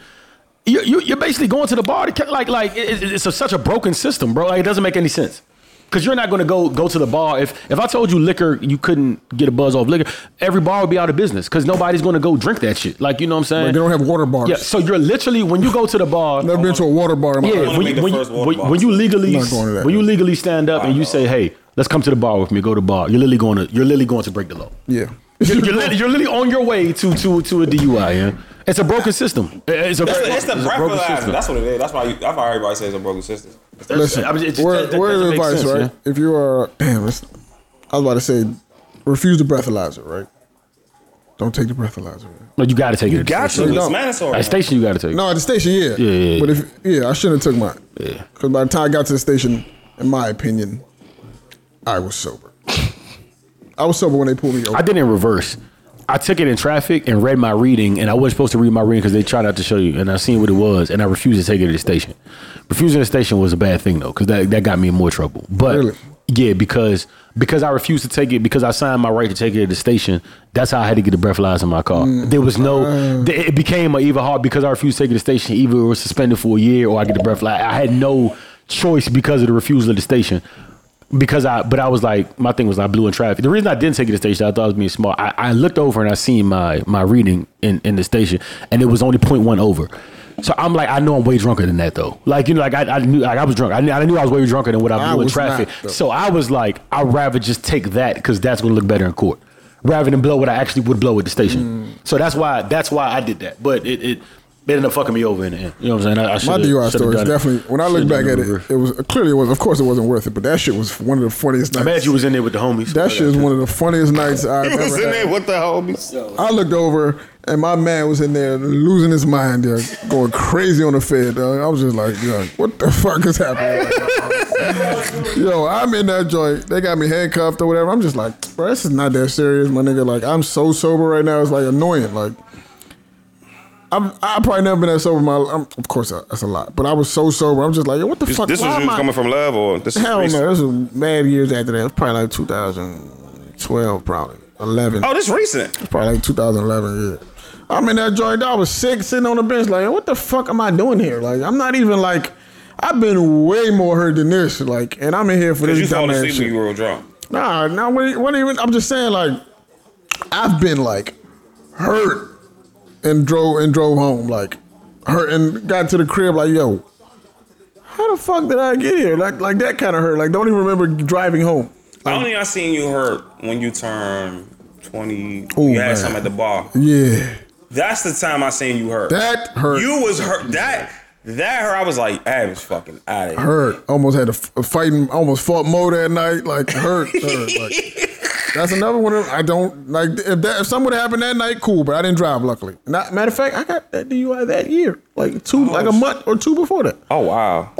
[SPEAKER 4] You, you, you're basically going to the bar to ca- like like it, it- it's a, such a broken system, bro. Like it doesn't make any sense. Cause you're not gonna go go to the bar if if I told you liquor you couldn't get a buzz off liquor, every bar would be out of business. Cause nobody's gonna go drink that shit. Like you know what I'm saying?
[SPEAKER 2] They don't have water bars.
[SPEAKER 4] yeah. So you're literally when you go to the bar,
[SPEAKER 2] Never been to a water bar in my
[SPEAKER 4] yeah,
[SPEAKER 2] life.
[SPEAKER 3] wanna
[SPEAKER 4] when,
[SPEAKER 3] make the
[SPEAKER 4] you- when, you-
[SPEAKER 3] first water
[SPEAKER 4] when-
[SPEAKER 3] box.
[SPEAKER 4] when you legally
[SPEAKER 2] Not going to that.
[SPEAKER 4] when you legally stand up and you
[SPEAKER 3] know.
[SPEAKER 4] say, "Hey, let's come to the bar with me. Go to the bar." You're literally going to you're literally going to break the law.
[SPEAKER 2] Yeah.
[SPEAKER 4] You're, you're, lit- you're literally on your way to to to a DUI. Yeah, it's a broken system. It's a,
[SPEAKER 3] That's the, it's the
[SPEAKER 4] it's a broken
[SPEAKER 3] breathalyzer.
[SPEAKER 4] system.
[SPEAKER 3] That's what it is. That's why. You, that's why everybody says it's a broken system.
[SPEAKER 2] Listen,
[SPEAKER 4] I mean, it just-
[SPEAKER 2] word,
[SPEAKER 4] that- that
[SPEAKER 2] word of
[SPEAKER 4] doesn't make
[SPEAKER 2] advice, right?
[SPEAKER 4] sense,
[SPEAKER 2] If you are, damn, it's, I was about to say, refuse the breathalyzer, right? Don't take the breathalyzer.
[SPEAKER 4] No, you got to take it.
[SPEAKER 3] Got
[SPEAKER 2] you.
[SPEAKER 3] you. It's
[SPEAKER 2] don't.
[SPEAKER 3] mandatory.
[SPEAKER 4] At the station, you got to take. it.
[SPEAKER 2] No, at the station, yeah.
[SPEAKER 4] Yeah, yeah,
[SPEAKER 2] But if yeah, I shouldn't have took mine. Yeah. Because by the time I got to the station, in my opinion, I was sober. I was sober when they pulled me over.
[SPEAKER 4] I did it in reverse. I took it in traffic and read my reading, and I wasn't supposed to read my reading because they tried not to show you, and I seen what it was, and I refused to take it to the station. Refusing the station was a bad thing though, because that, that got me in more trouble. But
[SPEAKER 2] Really?
[SPEAKER 4] yeah, because because I refused to take it because I signed my right to take it to the station. That's how I had to get the breathalyzer in my car.
[SPEAKER 2] Mm.
[SPEAKER 4] There was no, th- it became a either hard because I refused to take it to the station, either it was suspended for a year or I get the breathalyzer. I had no choice because of the refusal of the station because I, but I was like, my thing was I blew in traffic. The reason I didn't take it to the station, I thought I was being smart. I, I looked over and I seen my my reading in, in the station, and it was only 0.1 over. So I'm like, I know I'm way drunker than that though. Like you know, like I, I knew, like I was drunk. I knew, I knew I was way drunker than what
[SPEAKER 2] I
[SPEAKER 4] I blew in
[SPEAKER 2] was not,
[SPEAKER 4] traffic.
[SPEAKER 2] though.
[SPEAKER 4] so I was like, I'd rather just take that because that's gonna look better in court, rather than blow what I actually would blow at the station. So that's why that's why I did that. But it, it They ended up fucking me over in the end. You know what I'm saying? I, I
[SPEAKER 2] My DUI
[SPEAKER 4] should've- should've
[SPEAKER 2] story is
[SPEAKER 4] done it.
[SPEAKER 2] definitely. When I look
[SPEAKER 4] Should've
[SPEAKER 2] back
[SPEAKER 4] done
[SPEAKER 2] at it, it was clearly it was. Of course, it wasn't worth it, but that shit was one of the funniest
[SPEAKER 4] I'm
[SPEAKER 2] nights.
[SPEAKER 4] mad you was in there with the homies.
[SPEAKER 2] that shit is one of the funniest nights I've
[SPEAKER 3] He was in
[SPEAKER 2] ever
[SPEAKER 3] there
[SPEAKER 2] had.
[SPEAKER 3] with the homies.
[SPEAKER 2] I looked over and my man was in there losing his mind, there, going crazy on the Fed. Dog. I was just like, yo, what the fuck is happening? right now? yo, I'm in that joint. They got me handcuffed or whatever. I'm just like, bro, this is not that serious, my nigga. Like, I'm so sober right now. It's like annoying. Like, I'm I probably never been that sober. in My, I'm, of course, uh, that's a lot, but I was so sober. I'm just like, yo, what the
[SPEAKER 3] This,
[SPEAKER 2] fuck?
[SPEAKER 3] this
[SPEAKER 2] Why
[SPEAKER 3] was you
[SPEAKER 2] am I-
[SPEAKER 3] coming from love or this is
[SPEAKER 2] Hell
[SPEAKER 3] recent?
[SPEAKER 2] no, this was mad years after that. It was probably like 2012, probably 11.
[SPEAKER 3] Oh, this recent.
[SPEAKER 2] Probably like 2011. Yeah. I'm in that joint. I was sick, sitting on the bench, like, what the fuck am I doing here? Like, I'm not even like, I've been way more hurt than this. Like, and I'm in here for
[SPEAKER 3] Because
[SPEAKER 2] this
[SPEAKER 3] you fall
[SPEAKER 2] dumbass
[SPEAKER 3] asleep
[SPEAKER 2] shit.
[SPEAKER 3] when you were drunk.
[SPEAKER 2] Nah, nah, what, what even? I'm just saying, like, I've been like hurt and drove and drove home, like hurt and got to the crib, like, yo, how the fuck did I get here? Like, like that kind of hurt. Like, don't even remember driving home.
[SPEAKER 3] I only I seen you hurt when you turned 20.
[SPEAKER 2] Oh,
[SPEAKER 3] you had
[SPEAKER 2] man.
[SPEAKER 3] some at the bar.
[SPEAKER 2] Yeah,
[SPEAKER 3] That's the time I seen you hurt.
[SPEAKER 2] that hurt.
[SPEAKER 3] you was hurt. That that hurt. I was like, I was fucking out of here.
[SPEAKER 2] hurt. Almost had a, f- a fighting. Almost fought Mo that night. Like hurt. hurt. Like, that's another one. of- I don't like if that if something would happen that night. Cool, but I didn't drive. Luckily, Not, matter of fact, I got that DUI that year, like two, like a month or two before that.
[SPEAKER 3] Oh wow.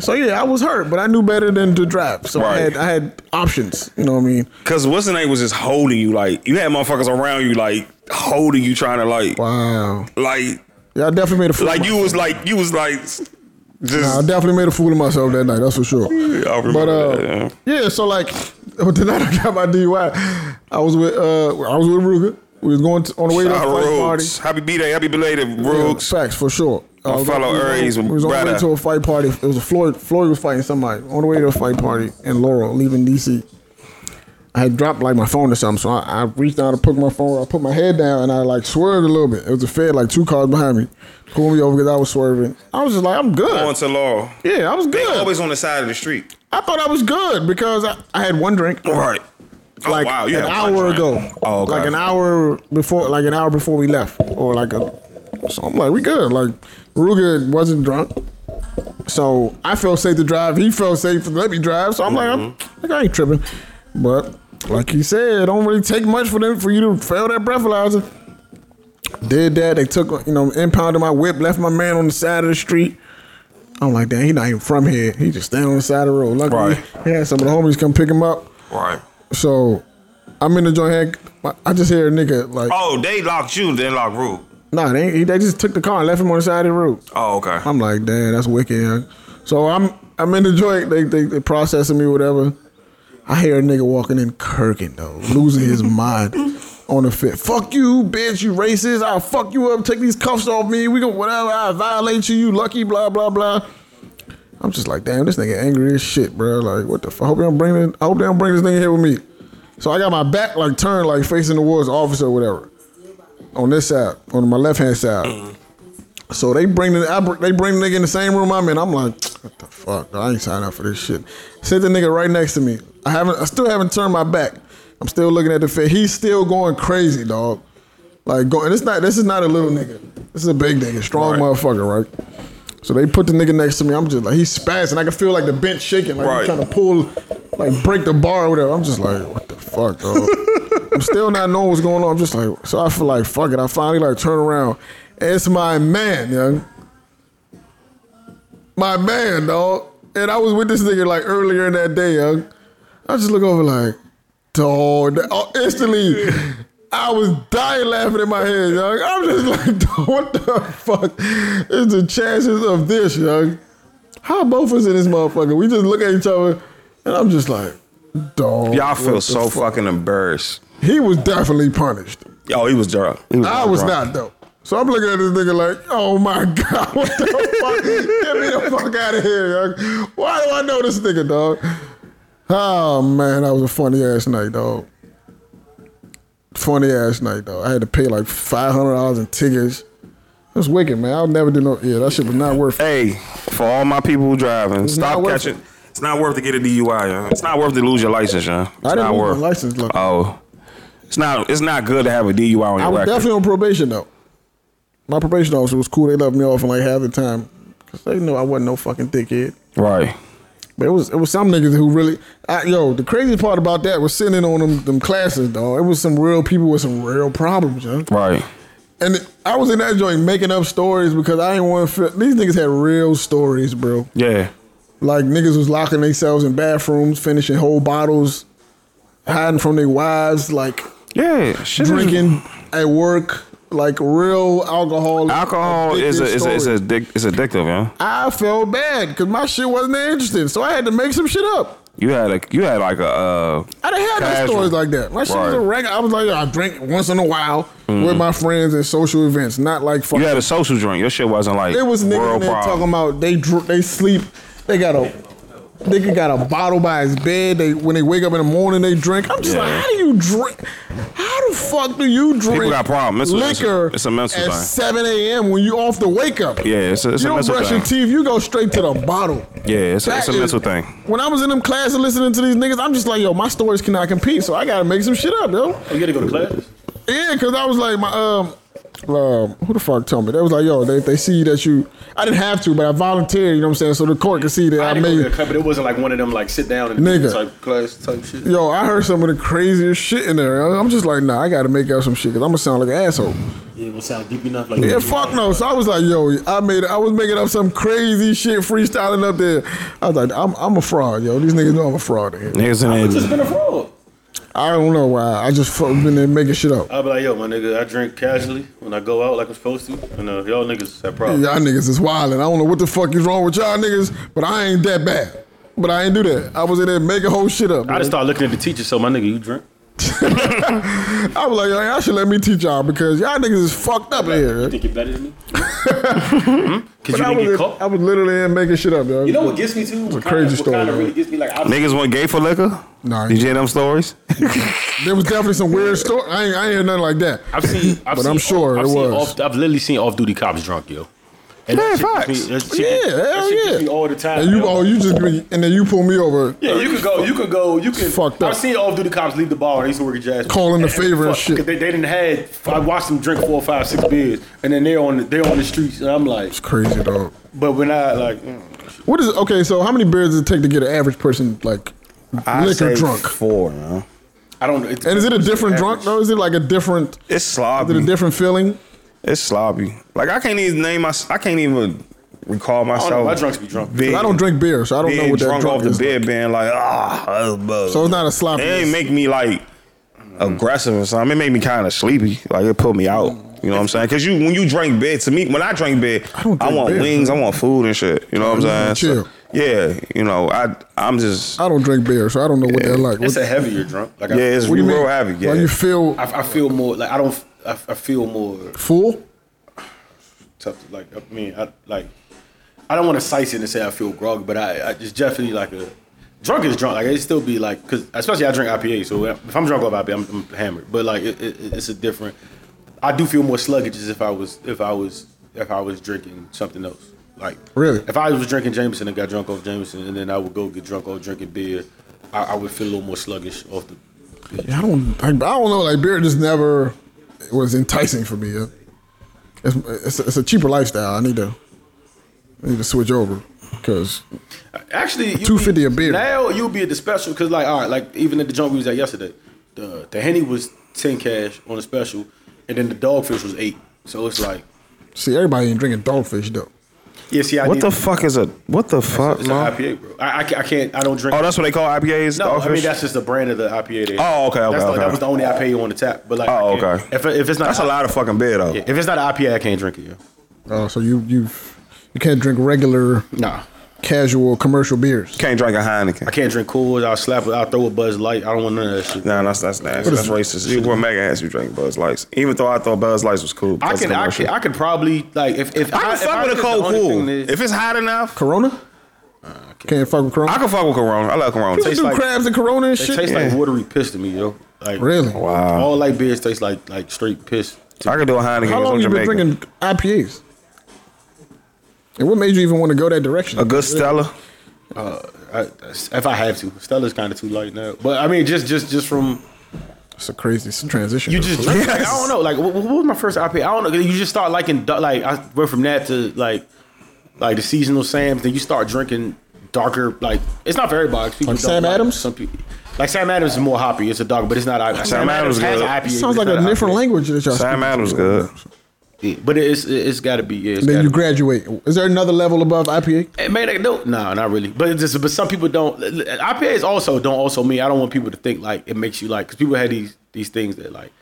[SPEAKER 2] So yeah, I was hurt, but I knew better than to drive. So I
[SPEAKER 3] Right.
[SPEAKER 2] had I had options. You know what I mean?
[SPEAKER 3] Cause what's the name was just holding you like you had motherfuckers around you like holding you trying to like
[SPEAKER 2] Wow.
[SPEAKER 3] like
[SPEAKER 2] Yeah, I definitely made a fool.
[SPEAKER 3] like
[SPEAKER 2] of
[SPEAKER 3] you was like you was like
[SPEAKER 2] myself. I
[SPEAKER 3] just
[SPEAKER 2] definitely made a fool of myself that night. That's for sure.
[SPEAKER 3] I remember
[SPEAKER 2] But uh,
[SPEAKER 3] that, yeah.
[SPEAKER 2] yeah, so like the night I got my DUI, I was with uh, I was with Ruger. We was going to, on the way to the
[SPEAKER 3] Shout out
[SPEAKER 2] fight
[SPEAKER 3] Rooks.
[SPEAKER 2] party.
[SPEAKER 3] Happy B-Day. Happy belated,
[SPEAKER 2] Yeah,
[SPEAKER 3] Rooks.
[SPEAKER 2] facts for sure. I was
[SPEAKER 3] fellow
[SPEAKER 2] on- we was on-
[SPEAKER 3] Aries,
[SPEAKER 2] We was on the way
[SPEAKER 3] brother.
[SPEAKER 2] to a fight party. It was a Floyd. Floyd was fighting somebody on the way to a fight party in Laurel, leaving DC. I had dropped like my phone or something, so I, I reached down to pick my phone. I put my head down and I like swerved a little bit. It was a fed like two cars behind me, pulled me over because I was swerving. I was just like, I'm
[SPEAKER 3] On
[SPEAKER 2] good.
[SPEAKER 3] to Laurel.
[SPEAKER 2] Yeah, I was
[SPEAKER 3] They
[SPEAKER 2] good.
[SPEAKER 3] always on the side of the street.
[SPEAKER 2] I thought I was good because I, I had one drink
[SPEAKER 3] Right. Oh,
[SPEAKER 2] like
[SPEAKER 3] wow, you
[SPEAKER 2] an
[SPEAKER 3] had
[SPEAKER 2] hour
[SPEAKER 3] one drink.
[SPEAKER 2] ago.
[SPEAKER 3] Oh, okay.
[SPEAKER 2] Like an hour before like an hour before we left. Or like a so I'm like, we good. Like Ruger wasn't drunk. So I felt safe to drive. He felt safe to let me drive. So I'm like,
[SPEAKER 3] Mm-hmm.
[SPEAKER 2] I'm, like, I ain't tripping. But like he said, it don't really take much for them for you to fail that breathalyzer. Did that. They took you know impounded my whip, left my man on the side of the street. I'm like, damn, he not even from here. He just standing on the side of the road. Luckily,
[SPEAKER 3] Right.
[SPEAKER 2] he had some of the homies come pick him up.
[SPEAKER 3] Right.
[SPEAKER 2] So I'm in the joint. Had, I just hear a nigga like,
[SPEAKER 3] Oh, they locked you, then locked Rue.
[SPEAKER 2] nah, they, ain't- they just took the car and left him on the side of the road.
[SPEAKER 3] Oh, okay.
[SPEAKER 2] I'm like, damn, that's wicked. Huh? So I'm I'm in the joint. They, they they processing me, whatever. I hear a nigga walking in Kirkin though, losing his mind on the fit. Fuck you, bitch, you racist. I'll fuck you up. Take these cuffs off me. We go whatever. I violate you. You lucky. Blah blah blah. I'm just like, damn, this nigga angry as shit, bro. Like, what the fuck? I hope they don't bring this, I hope they don't bring this nigga here with me. So I got my back like turned, like facing towards the officer or whatever. On this side, on my left hand side. So they bring the I, br- they bring the nigga in the same room I'm in. I'm like, what the fuck? I ain't signing up for this shit. Sit the nigga right next to me. I haven't I still haven't turned my back. I'm still looking at the face. He's still going crazy, dog. Like going it's not this is not a little nigga. This is a big nigga, strong motherfucker, right? So they put the nigga next to me. I'm just like he's spazzing. I can feel like the bench shaking, like
[SPEAKER 3] Right.
[SPEAKER 2] he's trying to pull, like break the bar or whatever. I'm just like, what the fuck, dog? I'm still not knowing what's going on. I'm just like, so I feel like fuck it. I finally like turn around. And it's my man, young. My man, dog. And I was with this nigga like earlier in that day, young. I just look over like, dog. that- oh, instantly, I was dying laughing in my head, young. I'm just like, dog, what the fuck is the chances of this, young? How both us in this motherfucker? We just look at each other, and I'm just like, dog.
[SPEAKER 3] Y'all feel
[SPEAKER 2] what the
[SPEAKER 3] so fucking embarrassed.
[SPEAKER 2] he was definitely punished.
[SPEAKER 3] Yo, he was drunk. He
[SPEAKER 2] I was
[SPEAKER 3] drunk.
[SPEAKER 2] not though. So I'm looking at this nigga like, oh my god, what the fuck? Get me the fuck out of here, dog. Why do I know this nigga, dog? Oh man, that was a funny ass night, dog. Funny ass night, dog. I had to pay like five hundred dollars in tickets. That's wicked, man. I'll never do no. Yeah, that shit was not worth. it.
[SPEAKER 3] Hey, for all my people who driving,
[SPEAKER 2] not
[SPEAKER 3] stop
[SPEAKER 2] worth
[SPEAKER 3] catching. It's not worth to get a DUI, yo. It's not worth to lose your license, yo. It's
[SPEAKER 2] I didn't
[SPEAKER 3] not
[SPEAKER 2] lose my
[SPEAKER 3] worth.
[SPEAKER 2] license. Look,
[SPEAKER 3] Oh, it's not. It's not good to have a DUI on
[SPEAKER 2] I
[SPEAKER 3] your
[SPEAKER 2] was
[SPEAKER 3] record.
[SPEAKER 2] definitely on probation though. my probation officer was cool. They left me off in like half the time because they knew I wasn't no fucking dickhead.
[SPEAKER 3] Right.
[SPEAKER 2] But it was it was some niggas who really, I, yo. The crazy part about that was sitting in on them them classes, dog. It was some real people with some real problems, yo.
[SPEAKER 3] Right.
[SPEAKER 2] And I was in that joint making up stories because I didn't want to feel. These niggas had real stories, bro.
[SPEAKER 3] Yeah.
[SPEAKER 2] Like niggas was locking themselves in bathrooms, finishing whole bottles, hiding from their wives, like
[SPEAKER 3] Yeah. Shit is-
[SPEAKER 2] drinking at work, like real alcohol.
[SPEAKER 3] Alcohol is a
[SPEAKER 2] addicted
[SPEAKER 3] is a, is a
[SPEAKER 2] stories.
[SPEAKER 3] addic- it's addictive, man.
[SPEAKER 2] I felt bad because my shit wasn't that interesting, so I had to make some shit up.
[SPEAKER 3] You had a you had like a uh,
[SPEAKER 2] I done had no
[SPEAKER 3] Casual.
[SPEAKER 2] stories like that. My shit was a
[SPEAKER 3] Right.
[SPEAKER 2] regular.
[SPEAKER 3] Mm-hmm.
[SPEAKER 2] I was like, I drink once in a while with my friends at social events, not like fucking.
[SPEAKER 3] you had a social drink. Your shit wasn't like
[SPEAKER 2] It was niggas in
[SPEAKER 3] world
[SPEAKER 2] there talking
[SPEAKER 3] problem.
[SPEAKER 2] about they dr- they sleep, they got a nigga got a bottle by his bed. They when they wake up in the morning they drink. I'm just
[SPEAKER 3] Yeah.
[SPEAKER 2] like, how do you drink? How the fuck do you drink?
[SPEAKER 3] got problems. It's a- it's a-
[SPEAKER 2] liquor.
[SPEAKER 3] it's a mental
[SPEAKER 2] at
[SPEAKER 3] thing.
[SPEAKER 2] 7 a.m. when you off the wake up.
[SPEAKER 3] Yeah, it's a, it's
[SPEAKER 2] you
[SPEAKER 3] a
[SPEAKER 2] don't
[SPEAKER 3] mental
[SPEAKER 2] brush
[SPEAKER 3] thing.
[SPEAKER 2] your teeth. You go straight to the bottle.
[SPEAKER 3] Yeah, it's a, it's a
[SPEAKER 2] That is-
[SPEAKER 3] mental thing.
[SPEAKER 2] When I was in them classes listening to these niggas, I'm just like, yo, my stories cannot compete, so I gotta make some shit up, yo.
[SPEAKER 4] You gotta go to class.
[SPEAKER 2] Yeah, because I was like, my um, um, who the fuck told me? They was like, yo, they, they see that you. I didn't have to, but I volunteered. You know what I'm saying? So the court could see that
[SPEAKER 4] I
[SPEAKER 2] I,
[SPEAKER 4] didn't go to
[SPEAKER 2] made.
[SPEAKER 4] the club, but it wasn't like one of them like sit down and
[SPEAKER 2] Nigga.
[SPEAKER 4] type class type shit.
[SPEAKER 2] Yo, I heard some of the craziest shit in there. I'm just like, nah, I gotta make up some shit because I'm gonna sound like an asshole.
[SPEAKER 4] Yeah, it will sound deep enough. Like
[SPEAKER 2] Yeah, fuck no. So I was like, yo, I made, I was making up some crazy shit, freestyling up there. I was like, I'm, I'm a fraud, yo. These niggas know I'm a fraud. in here.
[SPEAKER 3] Niggas in
[SPEAKER 4] It's
[SPEAKER 3] there.
[SPEAKER 4] been a fraud.
[SPEAKER 2] I don't know why. I just fuck, been there making shit up.
[SPEAKER 4] I'll be like, yo, my nigga, I drink casually when I go out like I'm supposed to, and uh, y'all niggas have problems.
[SPEAKER 2] Y'all niggas is wildin'. I don't know what the fuck is wrong with y'all niggas, but I ain't that bad. But I ain't do that. I was in there making whole shit up.
[SPEAKER 4] I
[SPEAKER 2] I,
[SPEAKER 4] just started looking at the teacher. So my nigga, you drink?
[SPEAKER 2] I was like, y'all y'all should let me teach y'all because y'all niggas is fucked up in here.
[SPEAKER 4] You think you're better than me? Because you
[SPEAKER 2] But I
[SPEAKER 4] didn't
[SPEAKER 2] was,
[SPEAKER 4] get
[SPEAKER 2] in-
[SPEAKER 4] caught.
[SPEAKER 2] I was literally in making shit up, yo.
[SPEAKER 4] You know what gets me too? What
[SPEAKER 2] crazy
[SPEAKER 4] kinda,
[SPEAKER 2] story,
[SPEAKER 4] What kind
[SPEAKER 2] bro.
[SPEAKER 4] of really gets me like I,
[SPEAKER 3] Niggas went gay for liquor.
[SPEAKER 2] Nah.
[SPEAKER 3] Did you hear them stories?
[SPEAKER 2] There was definitely some weird story. I ain't, I ain't hear nothing like that.
[SPEAKER 4] I've seen, I've
[SPEAKER 2] But
[SPEAKER 4] seen,
[SPEAKER 2] I'm sure
[SPEAKER 4] I've
[SPEAKER 2] it
[SPEAKER 4] seen
[SPEAKER 2] was.
[SPEAKER 4] Off, I've literally seen off-duty cops drunk, yo. And
[SPEAKER 3] Yeah,
[SPEAKER 4] that shit gets
[SPEAKER 3] facts.
[SPEAKER 4] me- that shit
[SPEAKER 2] Yeah,
[SPEAKER 4] gets- that
[SPEAKER 2] hell
[SPEAKER 4] shit gets
[SPEAKER 2] yeah.
[SPEAKER 4] me all the time.
[SPEAKER 2] And you,
[SPEAKER 4] yo.
[SPEAKER 2] oh, you just be, and then you pull me over,
[SPEAKER 4] Yeah, you could go. You could go. You could.
[SPEAKER 2] Fucked up.
[SPEAKER 4] I've seen off duty cops leave the bar. They used to work at Jazz.
[SPEAKER 2] Calling the favor and shit.
[SPEAKER 4] 'cause They, they didn't had. I watched them drink four, five, six beers, and then they're on. The, they're on the streets, and I'm like,
[SPEAKER 2] crazy dog.
[SPEAKER 4] but when I like, mm,
[SPEAKER 2] What is okay? So how many beers does it take to get an average person like liquor drunk?
[SPEAKER 3] Four, man.
[SPEAKER 4] I don't. It's,
[SPEAKER 2] And is it a different drunk?
[SPEAKER 4] average.
[SPEAKER 2] though? is it like a different?
[SPEAKER 3] It's
[SPEAKER 2] Is it a
[SPEAKER 3] sloppy.
[SPEAKER 2] different feeling?
[SPEAKER 3] It's sloppy. Like I can't even name my. I can't even recall myself.
[SPEAKER 4] my drunks be drunk.
[SPEAKER 3] being-
[SPEAKER 2] I don't drink beer, so I don't know
[SPEAKER 3] Being
[SPEAKER 2] what that
[SPEAKER 3] drunk
[SPEAKER 2] drunk
[SPEAKER 3] off the
[SPEAKER 2] is.
[SPEAKER 3] bed, being like ah, oh,
[SPEAKER 2] So it's not a sloppy.
[SPEAKER 3] It ain't make me like aggressive or something. It made me kind of sleepy. Like it put me out. You know what I'm saying? Because you when you drink beer, to me when I drink beer, I,
[SPEAKER 2] don't drink
[SPEAKER 3] want
[SPEAKER 2] beer,
[SPEAKER 3] wings, I want food and shit. You know what I'm saying?
[SPEAKER 2] just wanna
[SPEAKER 3] So, yeah, you know I I'm just
[SPEAKER 2] I don't drink beer, so I don't know what that like. What,
[SPEAKER 4] It's a heavier drunk. Like,
[SPEAKER 3] yeah,
[SPEAKER 4] I,
[SPEAKER 3] it's
[SPEAKER 2] what do
[SPEAKER 3] real
[SPEAKER 2] you mean?
[SPEAKER 3] heavy. Yeah,
[SPEAKER 2] Like you feel
[SPEAKER 4] I, I feel more like I don't. I, I feel more
[SPEAKER 2] full?
[SPEAKER 4] tough. To, like I mean, I like. I don't want to size it and say I feel groggy, but I, I it's definitely like a drunk is drunk. Like it still be like because especially I drink IPA, so if I'm drunk off IPA, I'm, I'm hammered. But like it, it, it's a different. I do feel more sluggish as if I was if I was if I was drinking something else. Like
[SPEAKER 2] Really?
[SPEAKER 4] if I was drinking Jameson and got drunk off Jameson, and then I would go get drunk off drinking beer, I, I would feel a little more sluggish off the.
[SPEAKER 2] Yeah, I don't. I, I don't know. Like beer just never was enticing for me. yeah. It's, it's, a, it's a cheaper lifestyle. I need to. I need to switch over because
[SPEAKER 4] Actually, you
[SPEAKER 2] $2.50
[SPEAKER 4] be-
[SPEAKER 2] a beer.
[SPEAKER 4] Now you'll be at the special because, like, all right, like even at the joint we was at yesterday, the the henny was ten cash on the special, and then the dogfish was eight. So it's like,
[SPEAKER 2] see everybody ain't drinking dogfish though.
[SPEAKER 4] yeah, see, I
[SPEAKER 3] what
[SPEAKER 4] need-
[SPEAKER 3] the fuck is a what the fuck,
[SPEAKER 4] It's
[SPEAKER 3] man?
[SPEAKER 4] an IPA, bro. I, I ca- I can't. I don't drink.
[SPEAKER 3] Oh, that's what they call IPAs.
[SPEAKER 4] no, I
[SPEAKER 3] Dogfish?
[SPEAKER 4] mean that's just the brand of the IPA. They
[SPEAKER 3] Oh, okay, okay,
[SPEAKER 4] That's
[SPEAKER 3] okay.
[SPEAKER 4] Like, that was the only IPA on the tap. But like,
[SPEAKER 3] Oh,
[SPEAKER 4] I can't-
[SPEAKER 3] okay.
[SPEAKER 4] If, if it's not,
[SPEAKER 3] That's a lot of fucking beer though.
[SPEAKER 4] Yeah, if it's not an IPA, I can't drink it. Yeah.
[SPEAKER 2] Oh, so you you you can't drink regular,
[SPEAKER 4] Nah,
[SPEAKER 2] casual commercial beers.
[SPEAKER 3] Can't drink a
[SPEAKER 4] I
[SPEAKER 3] Heineken.
[SPEAKER 4] can't drink Coors. I'll slap it. I'll throw a Buzz Light. I don't want none of that shit.
[SPEAKER 3] Nah, that's that's nasty. That's racist. You were mega ass. You drink Buzz Lights. Even though I thought Buzz Lights was cool.
[SPEAKER 4] I
[SPEAKER 3] that's
[SPEAKER 4] can, I
[SPEAKER 3] commercial.
[SPEAKER 4] can, I could probably like if if
[SPEAKER 3] I can
[SPEAKER 4] if
[SPEAKER 3] fuck with
[SPEAKER 4] did
[SPEAKER 3] a
[SPEAKER 4] the
[SPEAKER 3] cold
[SPEAKER 4] only thing
[SPEAKER 3] cool.
[SPEAKER 4] that-
[SPEAKER 3] If it's hot enough,
[SPEAKER 2] Corona. Can't fuck with Corona.
[SPEAKER 3] I can fuck with Corona. I love Corona.
[SPEAKER 2] People
[SPEAKER 3] Tastes
[SPEAKER 2] do
[SPEAKER 3] like
[SPEAKER 2] crabs and Corona and
[SPEAKER 4] It
[SPEAKER 2] shit.
[SPEAKER 4] tastes like watery piss to me, yo. Like
[SPEAKER 2] Really?
[SPEAKER 3] Wow.
[SPEAKER 4] All light beers taste like like straight piss.
[SPEAKER 3] I could do a Heineken.
[SPEAKER 2] How
[SPEAKER 3] I'm
[SPEAKER 2] long you been
[SPEAKER 3] Jamaican.
[SPEAKER 2] drinking IPAs? And what made you even want to go that direction?
[SPEAKER 3] A good Stella.
[SPEAKER 4] I, if I have to, Stella's kind of too light now. But I mean, just just just from
[SPEAKER 2] It's a crazy s- transition.
[SPEAKER 4] You just like, I don't know. Like, what, what was my first IPA? I don't know. 'cause You just start liking du- like I went from that to like like the seasonal Sam's. Then you start drinking darker. Like it's not for everybody. 'cause people
[SPEAKER 2] Like
[SPEAKER 4] don't
[SPEAKER 2] Sam
[SPEAKER 4] like
[SPEAKER 2] Adams?
[SPEAKER 4] Some people like Sam Adams is more hoppy. It's a dark, but it's not. I- Sam
[SPEAKER 3] Adams
[SPEAKER 4] Adams has
[SPEAKER 3] good.
[SPEAKER 4] an IPA. but
[SPEAKER 2] sounds
[SPEAKER 4] it's
[SPEAKER 2] like
[SPEAKER 4] not
[SPEAKER 2] a
[SPEAKER 4] an
[SPEAKER 2] different
[SPEAKER 4] IPA.
[SPEAKER 2] language that y'all.
[SPEAKER 3] Sam
[SPEAKER 2] speaking.
[SPEAKER 3] Adams good.
[SPEAKER 4] Yeah, But it's it's got to be. Yeah, it's
[SPEAKER 2] Then
[SPEAKER 4] gotta
[SPEAKER 2] you
[SPEAKER 4] be.
[SPEAKER 2] graduate. Is there another level above IPA?
[SPEAKER 4] It may not no, nah, not really. But it's just, but some people don't. IPAs also don't also mean I don't want people to think like it makes you like because people had these these things that like,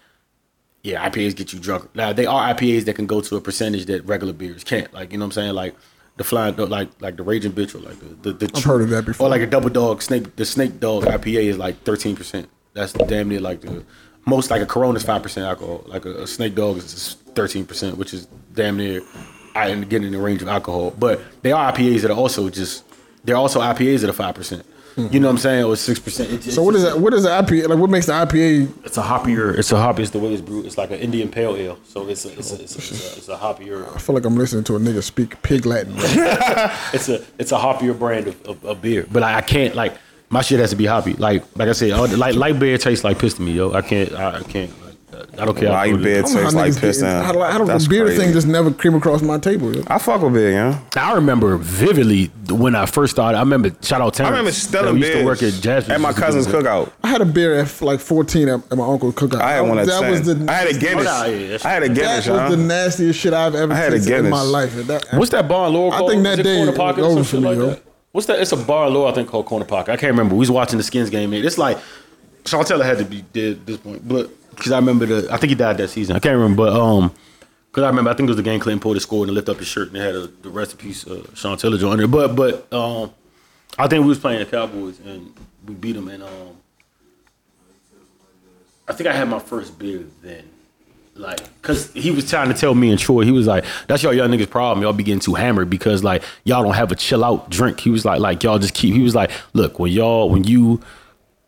[SPEAKER 4] yeah, IPAs get you drunk. Now they are IPAs that can go to a percentage that regular beers can't. Like you know what I'm saying? Like the flying dog- like like the raging bitch or like the the, the
[SPEAKER 2] I've heard of that before.
[SPEAKER 4] Or like a double dog snake. The snake dog IPA is like 13. percent That's damn near like the most like a Corona is five percent alcohol. Like a, a snake dog is 13 percent, which is damn near. I am getting in the range of alcohol, but they are IPAs that are also just they're also IPAs that are five percent. You know what I'm saying? Or six percent.
[SPEAKER 2] Mm-hmm. So what is that? What is the IPA? Like what makes the IPA?
[SPEAKER 4] It's a hoppier. It's a hoppy. It's the way it's brewed. It's like an Indian pale ale. So it's a it's a, it's a, it's a, it's a hoppier.
[SPEAKER 2] I feel like I'm listening to a nigga speak pig Latin.
[SPEAKER 4] It's a it's a hoppier brand of, of, of beer. But like, I can't like my shit has to be hoppy. Like like I said, all the- like light beer tastes like piss to me, yo. I can't I, I can't. Like, I don't care.
[SPEAKER 3] Light beer
[SPEAKER 2] I don't know
[SPEAKER 3] tastes
[SPEAKER 2] how
[SPEAKER 3] like
[SPEAKER 2] niggas get-
[SPEAKER 3] piston.
[SPEAKER 2] I don't, I don't,
[SPEAKER 3] That's
[SPEAKER 2] the beer
[SPEAKER 3] crazy.
[SPEAKER 2] thing just never came across my table. yo.
[SPEAKER 3] I fuck with beer, yeah.
[SPEAKER 6] I remember vividly when I first started. I remember shout out Terrence.
[SPEAKER 3] I remember Stella
[SPEAKER 6] that
[SPEAKER 3] beers
[SPEAKER 6] used to work at Jasper's
[SPEAKER 3] at my cousin's cookout.
[SPEAKER 2] I had a beer at like 14 at, at my uncle's cookout.
[SPEAKER 3] I had one at
[SPEAKER 2] That
[SPEAKER 3] that
[SPEAKER 2] was the
[SPEAKER 3] I had a Guinness.
[SPEAKER 4] Oh, yeah, that's-
[SPEAKER 3] I had a
[SPEAKER 2] That
[SPEAKER 3] Guinness,
[SPEAKER 2] was the
[SPEAKER 3] huh?
[SPEAKER 2] nastiest shit I've ever
[SPEAKER 3] I had a
[SPEAKER 2] tasted in my
[SPEAKER 3] Guinness.
[SPEAKER 2] life. That,
[SPEAKER 6] What's that bar in Laurel
[SPEAKER 2] I
[SPEAKER 6] called?
[SPEAKER 2] think that
[SPEAKER 6] Is it
[SPEAKER 2] day
[SPEAKER 6] Corner Pocket
[SPEAKER 2] was
[SPEAKER 4] or
[SPEAKER 2] over
[SPEAKER 4] some
[SPEAKER 2] for
[SPEAKER 4] shit
[SPEAKER 2] me,
[SPEAKER 4] like
[SPEAKER 2] yo.
[SPEAKER 4] that? What's that? It's a bar in Laurel, I think, called Corner Pocket. I can't remember. We was watching the Skins game. and It's like Chantel had to be dead at this point, but because I remember the, I think he died that season. I can't remember, but um, because I remember, I think it was the game Clinton Porter scored and lift up his shirt and it had a, the rest in peace uh, Chantel on there. But but um, I think we was playing the Cowboys and we beat them and um, I think I had my first beer then. Like, cause he was trying to tell me and Troy, he was like, "That's y'all young niggas' problem. Y'all be getting too hammered because like y'all don't have a chill out drink." He was like, "Like y'all just keep." He was like, "Look, when y'all when you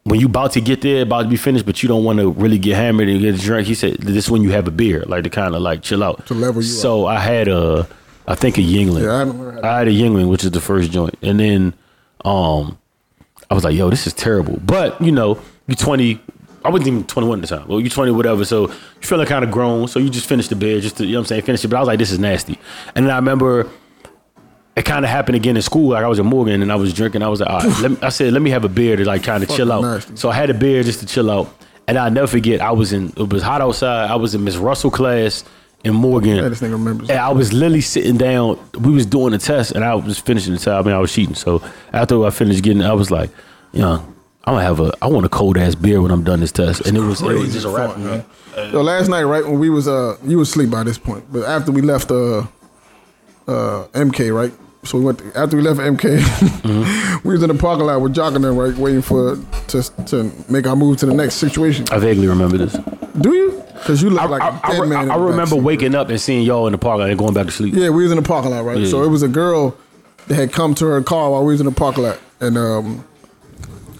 [SPEAKER 4] when you about to get there, about to be finished, but you don't want to really get hammered and get a drink." He said, "This is when you have a beer, like to kind of like chill out
[SPEAKER 2] To level you
[SPEAKER 6] So I had a, I think a Yingling.
[SPEAKER 2] Yeah, I remember having-
[SPEAKER 6] I had a Yingling, which is the first joint, and then um I was like, yo, this is terrible. But you know, you 20. I wasn't even 21 at the time. Well, you 20, whatever. So you feeling kind of grown. So you just finished the bed, just to, you know what I'm saying, finish it. But I was like, this is nasty. And then I remember it kind of happened again in school. Like I was at Morgan and I was drinking. I was like, all right, let me, I said, let me have a beer to like kind of chill out.
[SPEAKER 2] nasty.
[SPEAKER 6] So I had a beer just to chill out. And I'll never forget, I was in, it was hot outside. I was in Miss Russell class in Morgan.
[SPEAKER 2] Yeah, this nigga remembers.
[SPEAKER 6] And I was literally sitting down. We was doing a test, and I was finishing the test. I mean, I was cheating. So after I finished getting, it, I was like, "Young, I'm gonna have a. I want a cold ass beer when I'm done this test." And it was, it was just a wrap.
[SPEAKER 2] man. So last night, right when we was uh, you was asleep by this point, but after we left uh, uh, MK, right. So we went after we left MK,
[SPEAKER 6] Mm-hmm.
[SPEAKER 2] we was in the parking lot with Jock and them, right, waiting for to to make our move to the next situation.
[SPEAKER 6] I vaguely remember this.
[SPEAKER 2] Do you? Because you look
[SPEAKER 6] I,
[SPEAKER 2] like
[SPEAKER 6] I-
[SPEAKER 2] a
[SPEAKER 6] I
[SPEAKER 2] dead
[SPEAKER 6] re-
[SPEAKER 2] man. in
[SPEAKER 6] I
[SPEAKER 2] the
[SPEAKER 6] remember
[SPEAKER 2] backseat.
[SPEAKER 6] waking up and seeing y'all in the park and going back to sleep.
[SPEAKER 2] Yeah, we was in the parking lot, right? So it was a girl that had come to her car while we was in the parking lot, and um,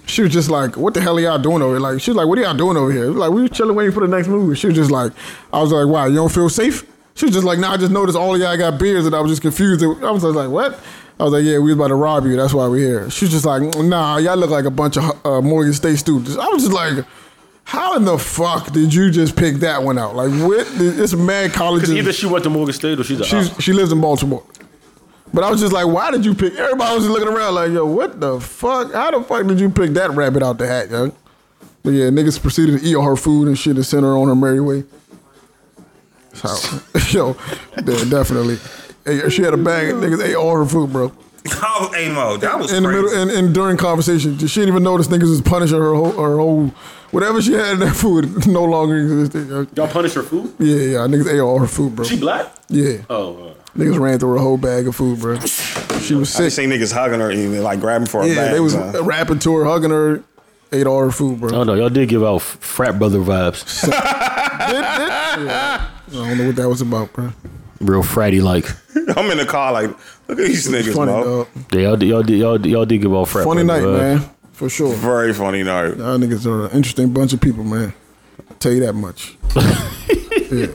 [SPEAKER 2] she was just like, "What the hell are y'all doing over here?" Like, she was like, "What are y'all doing over here?" Like, we was chilling, waiting for the next movie. She was just like, "I was like, wow, you don't feel safe?" She was just like, "Nah, I just noticed all of y'all got beers, and I was just confused." I was just like, "What?" I was like, "Yeah, we was about to rob you. That's why we're here." She was just like, "Nah, y'all look like a bunch of uh, Morgan State students." I was just like. How in the fuck did you just pick that one out? Like, what? It's mad colleges.
[SPEAKER 4] Because either she went to Morgan State or she's a
[SPEAKER 2] She's, she lives in Baltimore. But I was just like, why did you pick? Everybody was just looking around like, yo, what the fuck? How the fuck did you pick that rabbit out the hat, yo? But yeah, niggas proceeded to eat all her food and shit and send her on her merry way. So, yo, yeah, definitely. Hey, she had a bag. Niggas ate all her food, bro.
[SPEAKER 3] Oh, Amo, that was
[SPEAKER 2] In the middle and, and during conversation, she didn't even notice niggas was punishing her whole, her whole whatever she had in that food no longer existed. yo.
[SPEAKER 4] y'all punish her food.
[SPEAKER 2] Yeah, yeah, niggas ate all her food, bro.
[SPEAKER 4] She black.
[SPEAKER 2] Yeah.
[SPEAKER 4] Oh, uh,
[SPEAKER 2] Niggas ran through her whole bag of food, bro. She was
[SPEAKER 3] I
[SPEAKER 2] sick.
[SPEAKER 3] seen niggas hugging her, even like grabbing for her
[SPEAKER 2] Yeah,
[SPEAKER 3] back.
[SPEAKER 2] they was
[SPEAKER 3] huh?
[SPEAKER 2] rapping to her, hugging her, ate all her food, bro.
[SPEAKER 6] Oh no, y'all did give out f- frat brother vibes,
[SPEAKER 2] I don't know what that was about, bro.
[SPEAKER 6] real fratty like.
[SPEAKER 3] I'm in the car like, look at these niggas,
[SPEAKER 2] Funny,
[SPEAKER 3] bro.
[SPEAKER 2] dog.
[SPEAKER 6] Yeah, y'all did, y'all did, y'all did, y'all did give out frat.
[SPEAKER 2] Funny night,
[SPEAKER 6] brother vibes.
[SPEAKER 2] man. For sure.
[SPEAKER 3] Very funny, though.
[SPEAKER 2] Y'all niggas are an interesting bunch of people, man. I'll tell you that much. yeah.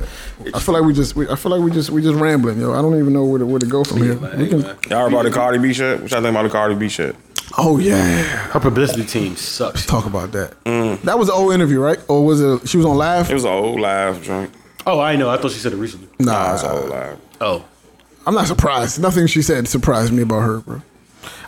[SPEAKER 2] I feel like we just, we, I feel like we just, we just rambling, yo. I don't even know where to, where to go from here. we can,
[SPEAKER 3] Y'all heard about the Cardi B shit? What y'all think about the Cardi B shit?
[SPEAKER 2] Oh yeah,
[SPEAKER 4] Her publicity team sucks.
[SPEAKER 2] talk about that. That was an old interview, right? Or was it? She was on live.
[SPEAKER 3] Mm. It was an old live drink.
[SPEAKER 4] Oh, I know. I thought she said it recently.
[SPEAKER 3] Nah, it was an
[SPEAKER 2] nah,
[SPEAKER 3] old live.
[SPEAKER 4] Oh.
[SPEAKER 2] I'm not surprised. Nothing she said surprised me about her, bro.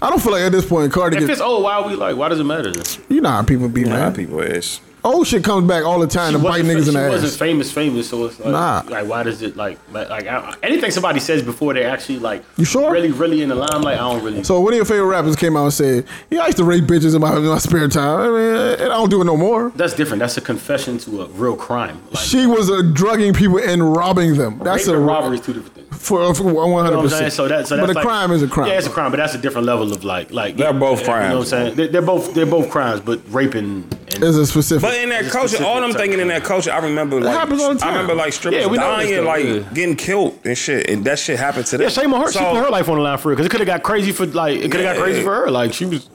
[SPEAKER 2] I don't feel like at this point Cardi
[SPEAKER 4] If
[SPEAKER 2] gets.
[SPEAKER 4] it's old, why are we like, why does it matter?
[SPEAKER 2] You know how people be,
[SPEAKER 3] Nah,
[SPEAKER 2] man.
[SPEAKER 3] people is.
[SPEAKER 2] Old shit comes back all the time to bite
[SPEAKER 4] wasn't fa-
[SPEAKER 2] niggas in
[SPEAKER 4] she
[SPEAKER 2] the
[SPEAKER 4] wasn't
[SPEAKER 2] ass.
[SPEAKER 4] famous, famous. So it's like,
[SPEAKER 2] Nah.
[SPEAKER 4] like, why does it like, like, like I, anything somebody says before they actually like,
[SPEAKER 2] You sure?
[SPEAKER 4] Really, really in the limelight, I don't really.
[SPEAKER 2] So one of your favorite rappers came out and said, "Yeah, I used to rape bitches in my, in my spare time. I mean, I don't do it no more."
[SPEAKER 4] that's different. That's a confession to a real crime. Like,
[SPEAKER 2] She was uh, drugging people and robbing them. That's
[SPEAKER 4] that's
[SPEAKER 2] a
[SPEAKER 4] a robbery is two different things.
[SPEAKER 2] for one
[SPEAKER 4] You know
[SPEAKER 2] hundred
[SPEAKER 4] what I'm saying?
[SPEAKER 2] percent.
[SPEAKER 4] So that, so
[SPEAKER 2] But
[SPEAKER 4] that's
[SPEAKER 2] a
[SPEAKER 4] like-
[SPEAKER 2] crime is a crime.
[SPEAKER 4] Yeah, it's a crime, but that's a different level of like, like
[SPEAKER 3] They're both
[SPEAKER 4] You know what I'm
[SPEAKER 3] crimes.
[SPEAKER 4] saying? They're, they're both they're both crimes, but raping and
[SPEAKER 2] It's a specific.
[SPEAKER 3] But in that culture, all them thinking in that culture, I remember like
[SPEAKER 2] happens all the time.
[SPEAKER 3] I remember like strippers
[SPEAKER 4] Yeah, we know this
[SPEAKER 3] dying,
[SPEAKER 4] stuff,
[SPEAKER 3] like
[SPEAKER 4] yeah.
[SPEAKER 3] getting killed and shit, and that shit happened to them.
[SPEAKER 4] yeah, shame on her. she
[SPEAKER 3] So,
[SPEAKER 4] put her life on the line for real because it could have got crazy for like it could have
[SPEAKER 3] Yeah.
[SPEAKER 4] got crazy for her. Like she was.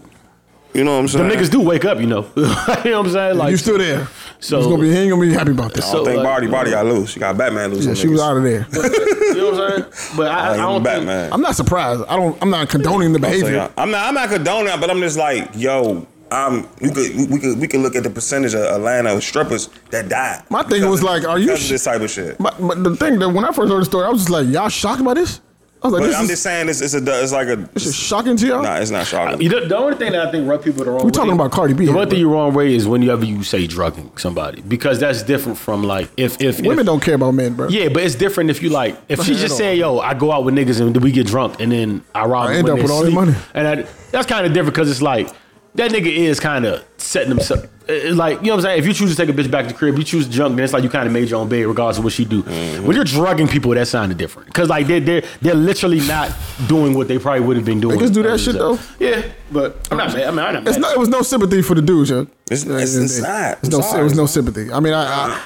[SPEAKER 3] You know what I'm
[SPEAKER 4] The
[SPEAKER 3] saying?
[SPEAKER 4] niggas do wake up, you know. you know what I'm saying? Like
[SPEAKER 2] you still there?
[SPEAKER 4] So-
[SPEAKER 2] So it's gonna be. He ain't gonna be happy about this.
[SPEAKER 3] I don't
[SPEAKER 4] So,
[SPEAKER 3] think
[SPEAKER 4] like,
[SPEAKER 3] Barty Barty got loose. She got Batman loose.
[SPEAKER 2] yeah, she was out of there.
[SPEAKER 4] You know what I'm saying? But I, I, I don't think.
[SPEAKER 3] Batman.
[SPEAKER 2] I'm not surprised. I don't. I'm not condoning the
[SPEAKER 3] So,
[SPEAKER 2] behavior.
[SPEAKER 3] yeah, I'm not. I'm not condoning, it, but I'm just like, yo, um, you could, we could, we could look at the percentage of Atlanta strippers that died.
[SPEAKER 2] My thing
[SPEAKER 3] because
[SPEAKER 2] was
[SPEAKER 3] of-
[SPEAKER 2] like, are you
[SPEAKER 3] because of
[SPEAKER 2] sh-
[SPEAKER 3] this type of shit?
[SPEAKER 2] But, but the thing that when I first heard the story, I was just like, y'all shocked by this? I was like,
[SPEAKER 3] But
[SPEAKER 2] this
[SPEAKER 3] I'm
[SPEAKER 2] is,
[SPEAKER 3] just saying, it's, it's a, it's like a.
[SPEAKER 2] this is shocking to y'all.
[SPEAKER 3] Nah, it's not shocking.
[SPEAKER 4] You know, the only thing that I think rub people the wrong
[SPEAKER 2] We're talking about Cardi B.
[SPEAKER 4] The
[SPEAKER 2] here,
[SPEAKER 4] one
[SPEAKER 2] bro.
[SPEAKER 4] thing you're wrong way is whenever you say drugging somebody because that's different from like if if
[SPEAKER 2] Women
[SPEAKER 4] if,
[SPEAKER 2] don't care about men, bro.
[SPEAKER 4] Yeah, but it's different if you like if she
[SPEAKER 2] At
[SPEAKER 4] just
[SPEAKER 2] all.
[SPEAKER 4] saying, "Yo, I go out with niggas and we get drunk and then I rob."
[SPEAKER 2] I
[SPEAKER 4] them
[SPEAKER 2] end
[SPEAKER 4] when
[SPEAKER 2] up
[SPEAKER 4] they
[SPEAKER 2] with all their
[SPEAKER 4] sleep."
[SPEAKER 2] money.
[SPEAKER 4] and I, that's kind of different because it's like that nigga is kind of setting himself. It's like you know what I'm saying. If you choose to take a bitch back to the crib, you choose to drunk, then it's like you kind of made your own bed, regardless of what she do. When you're drugging people, that sounded different because like they're they're they're literally not doing what they probably would have been doing.
[SPEAKER 2] Niggas do that
[SPEAKER 4] as a
[SPEAKER 2] shit,
[SPEAKER 4] result.
[SPEAKER 2] though.
[SPEAKER 4] Yeah, but I'm not mad. I mean, I'm not mad.
[SPEAKER 2] It's not, it was no sympathy for the dudes, yo.
[SPEAKER 3] It's- it's inside.
[SPEAKER 2] It's no,
[SPEAKER 3] I'm sorry.
[SPEAKER 2] it was no sympathy. I mean, I I,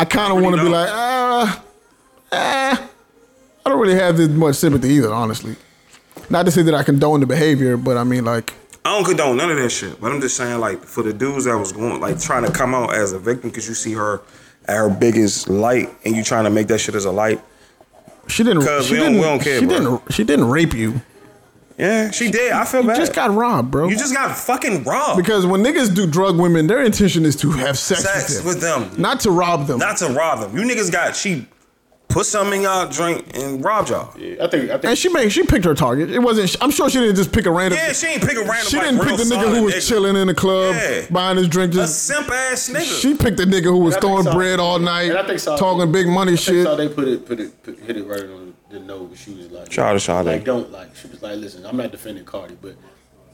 [SPEAKER 2] I kind of want to be like, uh, eh, I don't really have this much sympathy either, honestly. Not to say that I condone the behavior, but I mean, like,
[SPEAKER 3] I don't condone none of that shit, but I'm just saying, like, for the dudes that was going, like, trying to come out as a victim because you see her at her biggest light and you trying to make that shit as a light.
[SPEAKER 2] she didn't.
[SPEAKER 3] 'Cause
[SPEAKER 2] She
[SPEAKER 3] we don't-
[SPEAKER 2] didn't.
[SPEAKER 3] we don't care,
[SPEAKER 2] she
[SPEAKER 3] bro.
[SPEAKER 2] didn't. She didn't rape you.
[SPEAKER 3] Yeah, she did. I feel
[SPEAKER 2] You
[SPEAKER 3] bad.
[SPEAKER 2] just got robbed, bro.
[SPEAKER 3] you just got fucking robbed.
[SPEAKER 2] Because when niggas do drug women, their intention is to have sex,
[SPEAKER 3] Sex
[SPEAKER 2] with,
[SPEAKER 3] with
[SPEAKER 2] them.
[SPEAKER 3] them.
[SPEAKER 2] not to rob them.
[SPEAKER 3] not to rob them. You niggas got she put something in y'all drink and robbed y'all. Yeah,
[SPEAKER 4] I think I think
[SPEAKER 2] and she made she picked her target. It wasn't. I'm sure she didn't just pick a random.
[SPEAKER 3] she ain't pick a random.
[SPEAKER 2] she
[SPEAKER 3] like,
[SPEAKER 2] didn't pick
[SPEAKER 3] real
[SPEAKER 2] the nigga
[SPEAKER 3] solid
[SPEAKER 2] who was chilling in the club,
[SPEAKER 3] Yeah.
[SPEAKER 2] buying his drink.
[SPEAKER 3] A
[SPEAKER 2] Just
[SPEAKER 3] simp ass nigga.
[SPEAKER 2] she picked the nigga who was
[SPEAKER 4] I think
[SPEAKER 2] throwing
[SPEAKER 4] so.
[SPEAKER 2] bread all
[SPEAKER 4] And I
[SPEAKER 2] night,
[SPEAKER 4] think so.
[SPEAKER 2] talking big money shit.
[SPEAKER 4] So they put it, put it, put, hit it right on the nose. She was like,
[SPEAKER 3] Shout out to Sade.
[SPEAKER 4] Like, don't like. She was like, listen, I'm not defending Cardi, but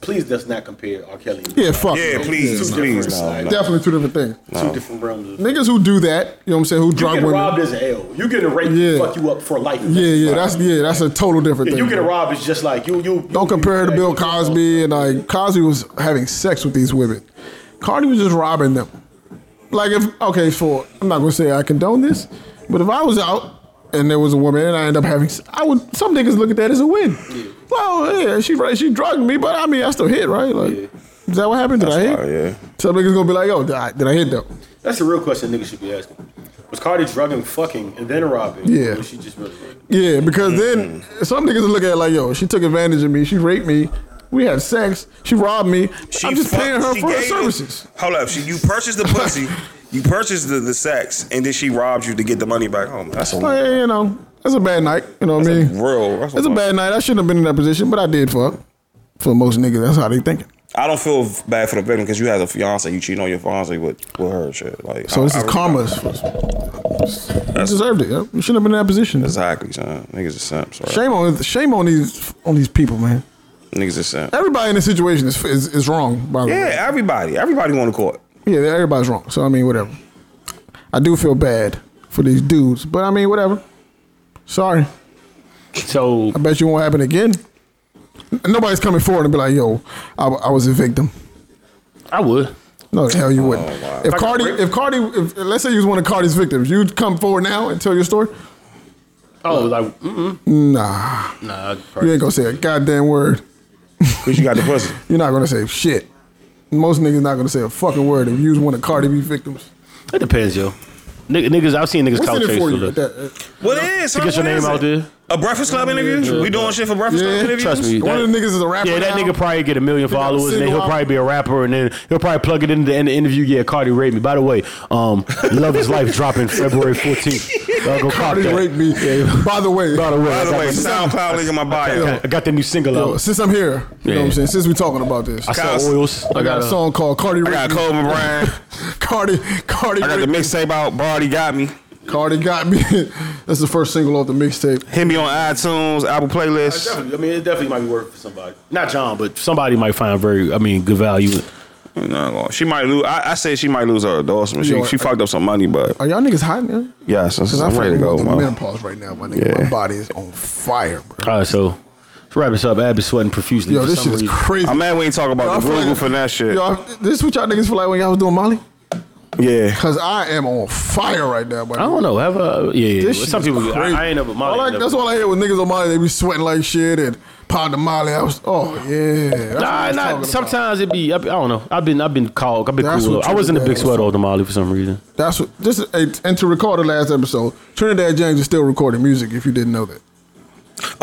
[SPEAKER 4] please does not compare R. Kelly. and-
[SPEAKER 2] Yeah, fuck.
[SPEAKER 3] yeah,
[SPEAKER 2] no.
[SPEAKER 3] please,
[SPEAKER 4] Two
[SPEAKER 3] please, no,
[SPEAKER 4] different sides.
[SPEAKER 3] no.
[SPEAKER 2] Definitely two different things.
[SPEAKER 4] two different realms. Of, you
[SPEAKER 2] Niggas who do that, you know what I'm saying? Who drug
[SPEAKER 4] get
[SPEAKER 2] women?
[SPEAKER 4] robbed as an L. You get raped,
[SPEAKER 2] Yeah.
[SPEAKER 4] fuck you up for life.
[SPEAKER 2] yeah, yeah, that's yeah, that's a total different
[SPEAKER 4] Yeah,
[SPEAKER 2] thing.
[SPEAKER 4] you get
[SPEAKER 2] bro.
[SPEAKER 4] robbed is just like you. You
[SPEAKER 2] Don't compare it to Bill Cosby and like Cosby was having sex with these women. Cardi was just robbing them. Like if okay, for I'm not gonna say I condone this, but if I was out and there was a woman and I end up having, s- I would some niggas look at that as a win. Well, yeah, she right, she drugged me, but I mean I still hit right. Like is that what happened? Did I hit?
[SPEAKER 3] probably, yeah.
[SPEAKER 2] Some niggas gonna be like, oh, did I, did I hit though?
[SPEAKER 4] That's the real question niggas should be asking. Was Cardi drugging, fucking, and then robbing?
[SPEAKER 2] Yeah.
[SPEAKER 4] Or was she just really. raped?
[SPEAKER 2] Yeah, because
[SPEAKER 3] Mm-hmm.
[SPEAKER 2] then some niggas will look at it like, yo, she took advantage of me, she raped me, we had sex, she robbed me.
[SPEAKER 3] She
[SPEAKER 2] I'm just
[SPEAKER 3] fuck-
[SPEAKER 2] paying her
[SPEAKER 3] she
[SPEAKER 2] for her
[SPEAKER 3] gave you-
[SPEAKER 2] services.
[SPEAKER 3] hold up, she, you purchased the pussy, you purchased the, the sex, and then she robbed you to get the money back home. That's a
[SPEAKER 2] Like, you know, that's a bad night. You know what I
[SPEAKER 3] That's a
[SPEAKER 2] mean?
[SPEAKER 3] real- that's a
[SPEAKER 2] It's a
[SPEAKER 3] lot.
[SPEAKER 2] bad night. I shouldn't have been in that position, but I did fuck. For most niggas, that's how they thinking.
[SPEAKER 3] I don't feel bad for the victim because you had a fiance, you cheating on your fiance with, with her and shit. Like
[SPEAKER 2] So
[SPEAKER 3] I-
[SPEAKER 2] this
[SPEAKER 3] I
[SPEAKER 2] is
[SPEAKER 3] really-
[SPEAKER 2] karma. You deserved it. yeah. You shouldn't have been in that position.
[SPEAKER 3] Exactly, son. Niggas are simps. Right?
[SPEAKER 2] Shame on shame on these on these people, man.
[SPEAKER 3] Niggas are simps.
[SPEAKER 2] Everybody in this situation is is, is wrong. By the way,
[SPEAKER 3] Yeah, everybody, everybody going to court.
[SPEAKER 2] yeah, everybody's wrong. So I mean, whatever. I do feel bad for these dudes, but I mean, whatever. Sorry.
[SPEAKER 4] So
[SPEAKER 2] I bet you won't happen again. Nobody's coming forward and be like, "Yo, I, I was a victim."
[SPEAKER 4] I would.
[SPEAKER 2] No, the hell you wouldn't. If Cardi, if Cardi, if let's say you was one of Cardi's victims, you'd come forward now and tell your story.
[SPEAKER 4] Oh, like mm-mm.
[SPEAKER 2] Nah,
[SPEAKER 4] nah. I'd
[SPEAKER 2] you
[SPEAKER 4] probably-
[SPEAKER 2] ain't gonna say a goddamn word.
[SPEAKER 3] Cause you got the pussy.
[SPEAKER 2] You're not gonna say shit. Most niggas not gonna say a fucking word if you was one of Cardi B victims.
[SPEAKER 4] It depends, yo. Nigg- Niggas, I've seen niggas
[SPEAKER 2] What's
[SPEAKER 4] couch
[SPEAKER 2] in it
[SPEAKER 4] chase
[SPEAKER 2] for
[SPEAKER 4] for
[SPEAKER 2] you?
[SPEAKER 4] the-
[SPEAKER 2] That- uh,
[SPEAKER 3] What it is?
[SPEAKER 4] to
[SPEAKER 3] son,
[SPEAKER 4] get your
[SPEAKER 3] what
[SPEAKER 4] name
[SPEAKER 3] is
[SPEAKER 4] out
[SPEAKER 3] it?
[SPEAKER 4] there.
[SPEAKER 3] A Breakfast Club interview? We doing shit for Breakfast
[SPEAKER 2] Yeah.
[SPEAKER 3] Club interviews?
[SPEAKER 4] Trust me.
[SPEAKER 2] One of the niggas is a rapper.
[SPEAKER 4] Yeah, that
[SPEAKER 2] now.
[SPEAKER 4] nigga probably get a million followers, and then
[SPEAKER 2] single
[SPEAKER 4] he'll
[SPEAKER 2] out.
[SPEAKER 4] probably be a rapper, and then he'll probably plug it into the end of the interview. Yeah, Cardi raped me. By the way, um, Love Is Life dropping February 14th. Y'all go cop
[SPEAKER 2] Cardi
[SPEAKER 4] that.
[SPEAKER 2] raped me. By the way, uh,
[SPEAKER 4] By the way,
[SPEAKER 3] By
[SPEAKER 4] I
[SPEAKER 3] the
[SPEAKER 4] got
[SPEAKER 3] way,
[SPEAKER 4] my-
[SPEAKER 3] SoundCloud link in my bio.
[SPEAKER 4] I got the new single
[SPEAKER 2] yo,
[SPEAKER 4] out.
[SPEAKER 2] since I'm here, you know what I'm
[SPEAKER 4] Yeah.
[SPEAKER 2] saying. Since we talking about this,
[SPEAKER 4] I
[SPEAKER 2] I,
[SPEAKER 4] saw
[SPEAKER 3] Kyle's-
[SPEAKER 4] oils. I
[SPEAKER 2] got
[SPEAKER 4] got
[SPEAKER 2] a song called Cardi.
[SPEAKER 3] I
[SPEAKER 2] Raped
[SPEAKER 3] got
[SPEAKER 2] Me.
[SPEAKER 3] Kobe Bryant.
[SPEAKER 2] Cardi. Cardi.
[SPEAKER 3] I got the
[SPEAKER 2] Raped Me.
[SPEAKER 3] mixtape out. Barty got me.
[SPEAKER 2] Cardi got me. That's the first single off the mixtape.
[SPEAKER 3] Hit me on iTunes, Apple Playlist.
[SPEAKER 5] Definitely. I mean, it definitely might be worth it for somebody.
[SPEAKER 4] not John, but somebody might find very. I mean, good value.
[SPEAKER 3] You know, I'm gonna- she might lose. I, I said she might lose her endorsement. She,
[SPEAKER 2] Yo,
[SPEAKER 3] she fucked up some money, but
[SPEAKER 2] Are y'all niggas hot, man?
[SPEAKER 3] yeah, so
[SPEAKER 2] Cause I'm
[SPEAKER 3] I'm ready to
[SPEAKER 2] fucking
[SPEAKER 3] go,
[SPEAKER 2] with the
[SPEAKER 3] man.
[SPEAKER 2] menopause right now, my nigga. My
[SPEAKER 3] Yeah.
[SPEAKER 2] body is on fire, bro.
[SPEAKER 4] All right, so to wrap this up, Ab is sweating profusely.
[SPEAKER 2] Yo,
[SPEAKER 4] for
[SPEAKER 2] this shit
[SPEAKER 4] some
[SPEAKER 2] is
[SPEAKER 4] reason.
[SPEAKER 2] crazy.
[SPEAKER 3] I'm mad we ain't talking
[SPEAKER 2] Y'all
[SPEAKER 3] about the
[SPEAKER 2] feel
[SPEAKER 3] Google
[SPEAKER 2] like-
[SPEAKER 3] for that shit.
[SPEAKER 2] Y'all, this what y'all niggas feel like when y'all was doing Molly?
[SPEAKER 3] Yeah.
[SPEAKER 2] Cause I am on fire right now, buddy.
[SPEAKER 4] I don't know. Have a yeah. yeah.
[SPEAKER 2] This shit
[SPEAKER 4] Some
[SPEAKER 2] is
[SPEAKER 4] people. I,
[SPEAKER 2] crazy.
[SPEAKER 4] I ain't never.
[SPEAKER 2] All I,
[SPEAKER 4] Molly.
[SPEAKER 2] that's all I hear with niggas on Molly. They be sweating like shit and pounding Molly. I was, oh yeah. That's what I
[SPEAKER 4] Nah,
[SPEAKER 2] was
[SPEAKER 4] nah.
[SPEAKER 2] talking about.
[SPEAKER 4] Sometimes it be. I, be- I don't know. I've been. I've been called. I've been
[SPEAKER 2] That's
[SPEAKER 4] cool.
[SPEAKER 2] what
[SPEAKER 4] I wasn't a
[SPEAKER 2] Trinidad
[SPEAKER 4] big
[SPEAKER 2] is
[SPEAKER 4] sweater over the Molly for some reason.
[SPEAKER 2] That's what. This is, and- and to record the last episode, Trinidad James is still recording music. If you didn't know that,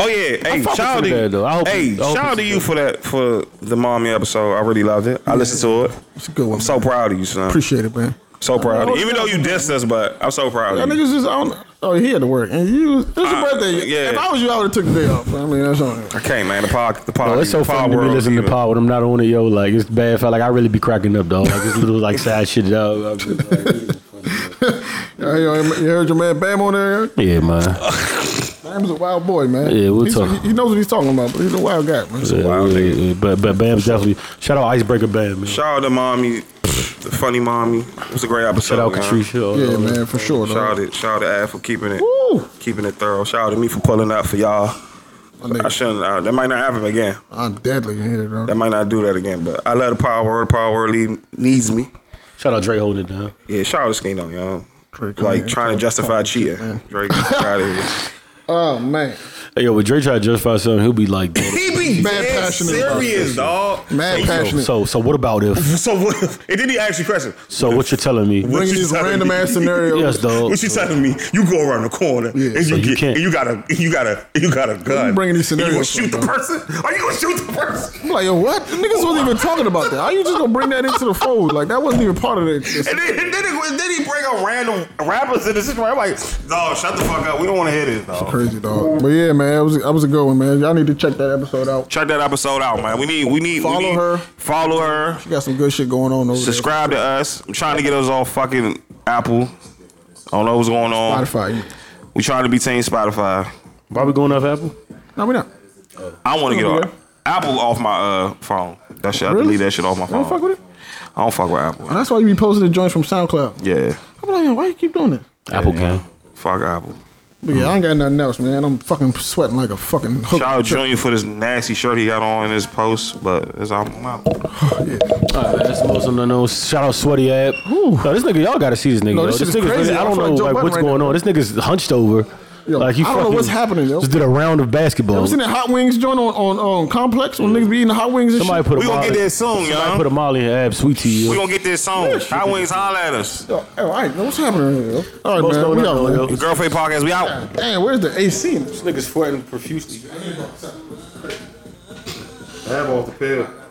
[SPEAKER 3] Oh yeah. Hey,
[SPEAKER 4] fuck with
[SPEAKER 3] shout out to
[SPEAKER 4] Trinidad, though. I hope
[SPEAKER 3] Hey,
[SPEAKER 4] it's- I hope
[SPEAKER 3] shout out
[SPEAKER 4] it's
[SPEAKER 3] to you for that for the mommy episode. I really loved it. I listened to it.
[SPEAKER 2] it's a good one.
[SPEAKER 3] I'm so proud of you, son.
[SPEAKER 2] appreciate it, man.
[SPEAKER 3] So proud. Of you. Even though you dissed us, but I'm so proud
[SPEAKER 2] Y'all
[SPEAKER 3] of you.
[SPEAKER 2] niggas just, I don't. Oh, he had to work, and you. It's your
[SPEAKER 3] Uh,
[SPEAKER 2] birthday.
[SPEAKER 3] yeah.
[SPEAKER 2] If I was you, I would have took the day off. I mean, that's on.
[SPEAKER 3] I can't, man. The pod, the pod,
[SPEAKER 4] Oh, it's so
[SPEAKER 3] the pod
[SPEAKER 4] fun to be
[SPEAKER 3] world,
[SPEAKER 4] listening to
[SPEAKER 3] even.
[SPEAKER 4] pod when I'm not on it, yo. Like it's bad. Felt like I really be cracking up, dog. Like this little like sad shit, dog. I'm just like,
[SPEAKER 2] Yeah, yo, you heard your man Bam on there.
[SPEAKER 4] yeah, man.
[SPEAKER 2] Bam's a wild boy, man.
[SPEAKER 4] Yeah, we'll
[SPEAKER 2] He's-
[SPEAKER 4] talk.
[SPEAKER 2] He, he knows what he's talking about, but he's a wild guy, man.
[SPEAKER 4] Yeah,
[SPEAKER 3] wild
[SPEAKER 4] yeah,
[SPEAKER 3] nigga.
[SPEAKER 4] yeah. But but Bam's definitely shout out Icebreaker Bam, man. Shout,
[SPEAKER 3] Shout out to mommy, the funny mommy. It was a great episode.
[SPEAKER 4] out
[SPEAKER 3] man.
[SPEAKER 4] Catrice. yo.
[SPEAKER 2] Yeah, man, for sure.
[SPEAKER 3] Shout out
[SPEAKER 2] dog.
[SPEAKER 3] to shout out to Ad for keeping it
[SPEAKER 2] Woo!
[SPEAKER 3] keeping it thorough. Shout out to me for pulling up for y'all.
[SPEAKER 2] My
[SPEAKER 3] I
[SPEAKER 2] nigga,
[SPEAKER 3] shouldn't. Uh, that might not happen again.
[SPEAKER 2] I'm deadly in here, bro.
[SPEAKER 3] That might not do that again. But I love the power. Word. The power word lead, needs me.
[SPEAKER 4] Shout out Dre holding it down.
[SPEAKER 3] Yeah. Shout out to Skin on y'all.
[SPEAKER 2] Drake,
[SPEAKER 3] like
[SPEAKER 2] man.
[SPEAKER 3] trying to justify cheating. Drake, get out of here.
[SPEAKER 2] Oh man,
[SPEAKER 4] Hey, yo, when Dre try to justify something, he'll be like,
[SPEAKER 3] He be
[SPEAKER 2] Mad
[SPEAKER 3] dead
[SPEAKER 2] passionate about
[SPEAKER 3] serious, dog.
[SPEAKER 2] mad passionate.
[SPEAKER 4] so so what about if?
[SPEAKER 3] So what? And then he asked you a question.
[SPEAKER 4] So what you're telling me?
[SPEAKER 3] What
[SPEAKER 2] Bringing
[SPEAKER 3] you
[SPEAKER 2] these
[SPEAKER 3] telling
[SPEAKER 2] random
[SPEAKER 3] me?
[SPEAKER 2] ass scenarios.
[SPEAKER 4] Yes, dog.
[SPEAKER 3] What you telling me? You go around the corner
[SPEAKER 2] Yeah,
[SPEAKER 3] and
[SPEAKER 2] so
[SPEAKER 3] you,
[SPEAKER 4] you
[SPEAKER 3] get
[SPEAKER 4] can't-
[SPEAKER 3] and you got a you got a you got a gun.
[SPEAKER 2] bringing these
[SPEAKER 3] And You gonna
[SPEAKER 2] scenarios
[SPEAKER 3] shoot the
[SPEAKER 2] from, bro.
[SPEAKER 3] person? Are you gonna shoot the person?
[SPEAKER 2] I'm like, yo, what? The niggas wasn't even talking about that. How you just gonna bring that into the fold? Like that wasn't even part of it.
[SPEAKER 3] And then, and then, it, and then he bring up random rappers in the situation. I'm like, dog, shut the fuck up. We don't want to hear this, dog.
[SPEAKER 2] Crazy dog. But yeah, man, it was I was a good one, man. Y'all need to check that episode out.
[SPEAKER 3] Check that episode out, man. We need we need
[SPEAKER 2] Follow
[SPEAKER 3] we need-
[SPEAKER 2] her.
[SPEAKER 3] Follow her.
[SPEAKER 2] She got some good shit going on over
[SPEAKER 3] Subscribe to us. I'm trying to get us all fucking Apple. I don't know what's going
[SPEAKER 2] there.
[SPEAKER 3] on.
[SPEAKER 2] Spotify.
[SPEAKER 3] We trying to be team Spotify.
[SPEAKER 4] Why we going off Apple?
[SPEAKER 2] No, we not.
[SPEAKER 3] I want to get
[SPEAKER 2] Okay.
[SPEAKER 3] off Apple off my uh phone. That shit, I
[SPEAKER 2] Really?
[SPEAKER 3] delete that shit off my
[SPEAKER 2] You don't
[SPEAKER 4] Uh-huh.
[SPEAKER 3] phone.
[SPEAKER 2] fuck with it.
[SPEAKER 3] I don't fuck with Apple.
[SPEAKER 2] And that's why you be posting the joints from SoundCloud.
[SPEAKER 3] Yeah,
[SPEAKER 2] I'm like, yo, why you keep doing this?
[SPEAKER 4] Apple can.
[SPEAKER 3] fuck Apple.
[SPEAKER 2] But yeah, I ain't got nothing else, man. I'm fucking sweating like a fucking hook.
[SPEAKER 3] Shout out Junior for this nasty shirt he got on in his post, but it's I'm, I'm out.
[SPEAKER 4] All right, man, that's the most unknown. Shout out Sweaty Ab. Yo, this nigga, y'all gotta see this nigga.
[SPEAKER 2] No,
[SPEAKER 4] yo.
[SPEAKER 2] this
[SPEAKER 4] this
[SPEAKER 2] shit is
[SPEAKER 4] nigga's
[SPEAKER 2] crazy.
[SPEAKER 4] really- I
[SPEAKER 2] I
[SPEAKER 4] don't
[SPEAKER 2] feel
[SPEAKER 4] know
[SPEAKER 2] like Joe
[SPEAKER 4] like,
[SPEAKER 2] Budden
[SPEAKER 4] what's
[SPEAKER 2] right
[SPEAKER 4] going
[SPEAKER 2] now.
[SPEAKER 4] on. This nigga's hunched over.
[SPEAKER 2] Yo,
[SPEAKER 4] like he
[SPEAKER 2] I don't know
[SPEAKER 4] fucking
[SPEAKER 2] what's happening, yo.
[SPEAKER 4] Just did a round of
[SPEAKER 2] Ever
[SPEAKER 4] basketball.
[SPEAKER 2] seen that hot wings joint on, on, on Complex when niggas be eating the hot wings and
[SPEAKER 4] Somebody
[SPEAKER 2] shit?
[SPEAKER 4] put a
[SPEAKER 3] We gonna
[SPEAKER 4] Molly-
[SPEAKER 3] get that soon,
[SPEAKER 4] Somebody put
[SPEAKER 3] y'all.
[SPEAKER 4] a Molly in Ab sweet tea.
[SPEAKER 3] We
[SPEAKER 4] Yo.
[SPEAKER 3] gonna get this song. High Wings holla at us.
[SPEAKER 2] Yo, Oh, all right, what's happening here? yo? All right,
[SPEAKER 4] Most
[SPEAKER 2] man, we
[SPEAKER 4] don't know,
[SPEAKER 2] out,
[SPEAKER 4] yo.
[SPEAKER 2] man.
[SPEAKER 3] Girlfriend podcast, we out.
[SPEAKER 2] Damn, where's the AC? in this?
[SPEAKER 5] This nigga's sweating profusely.
[SPEAKER 3] Have off the pill.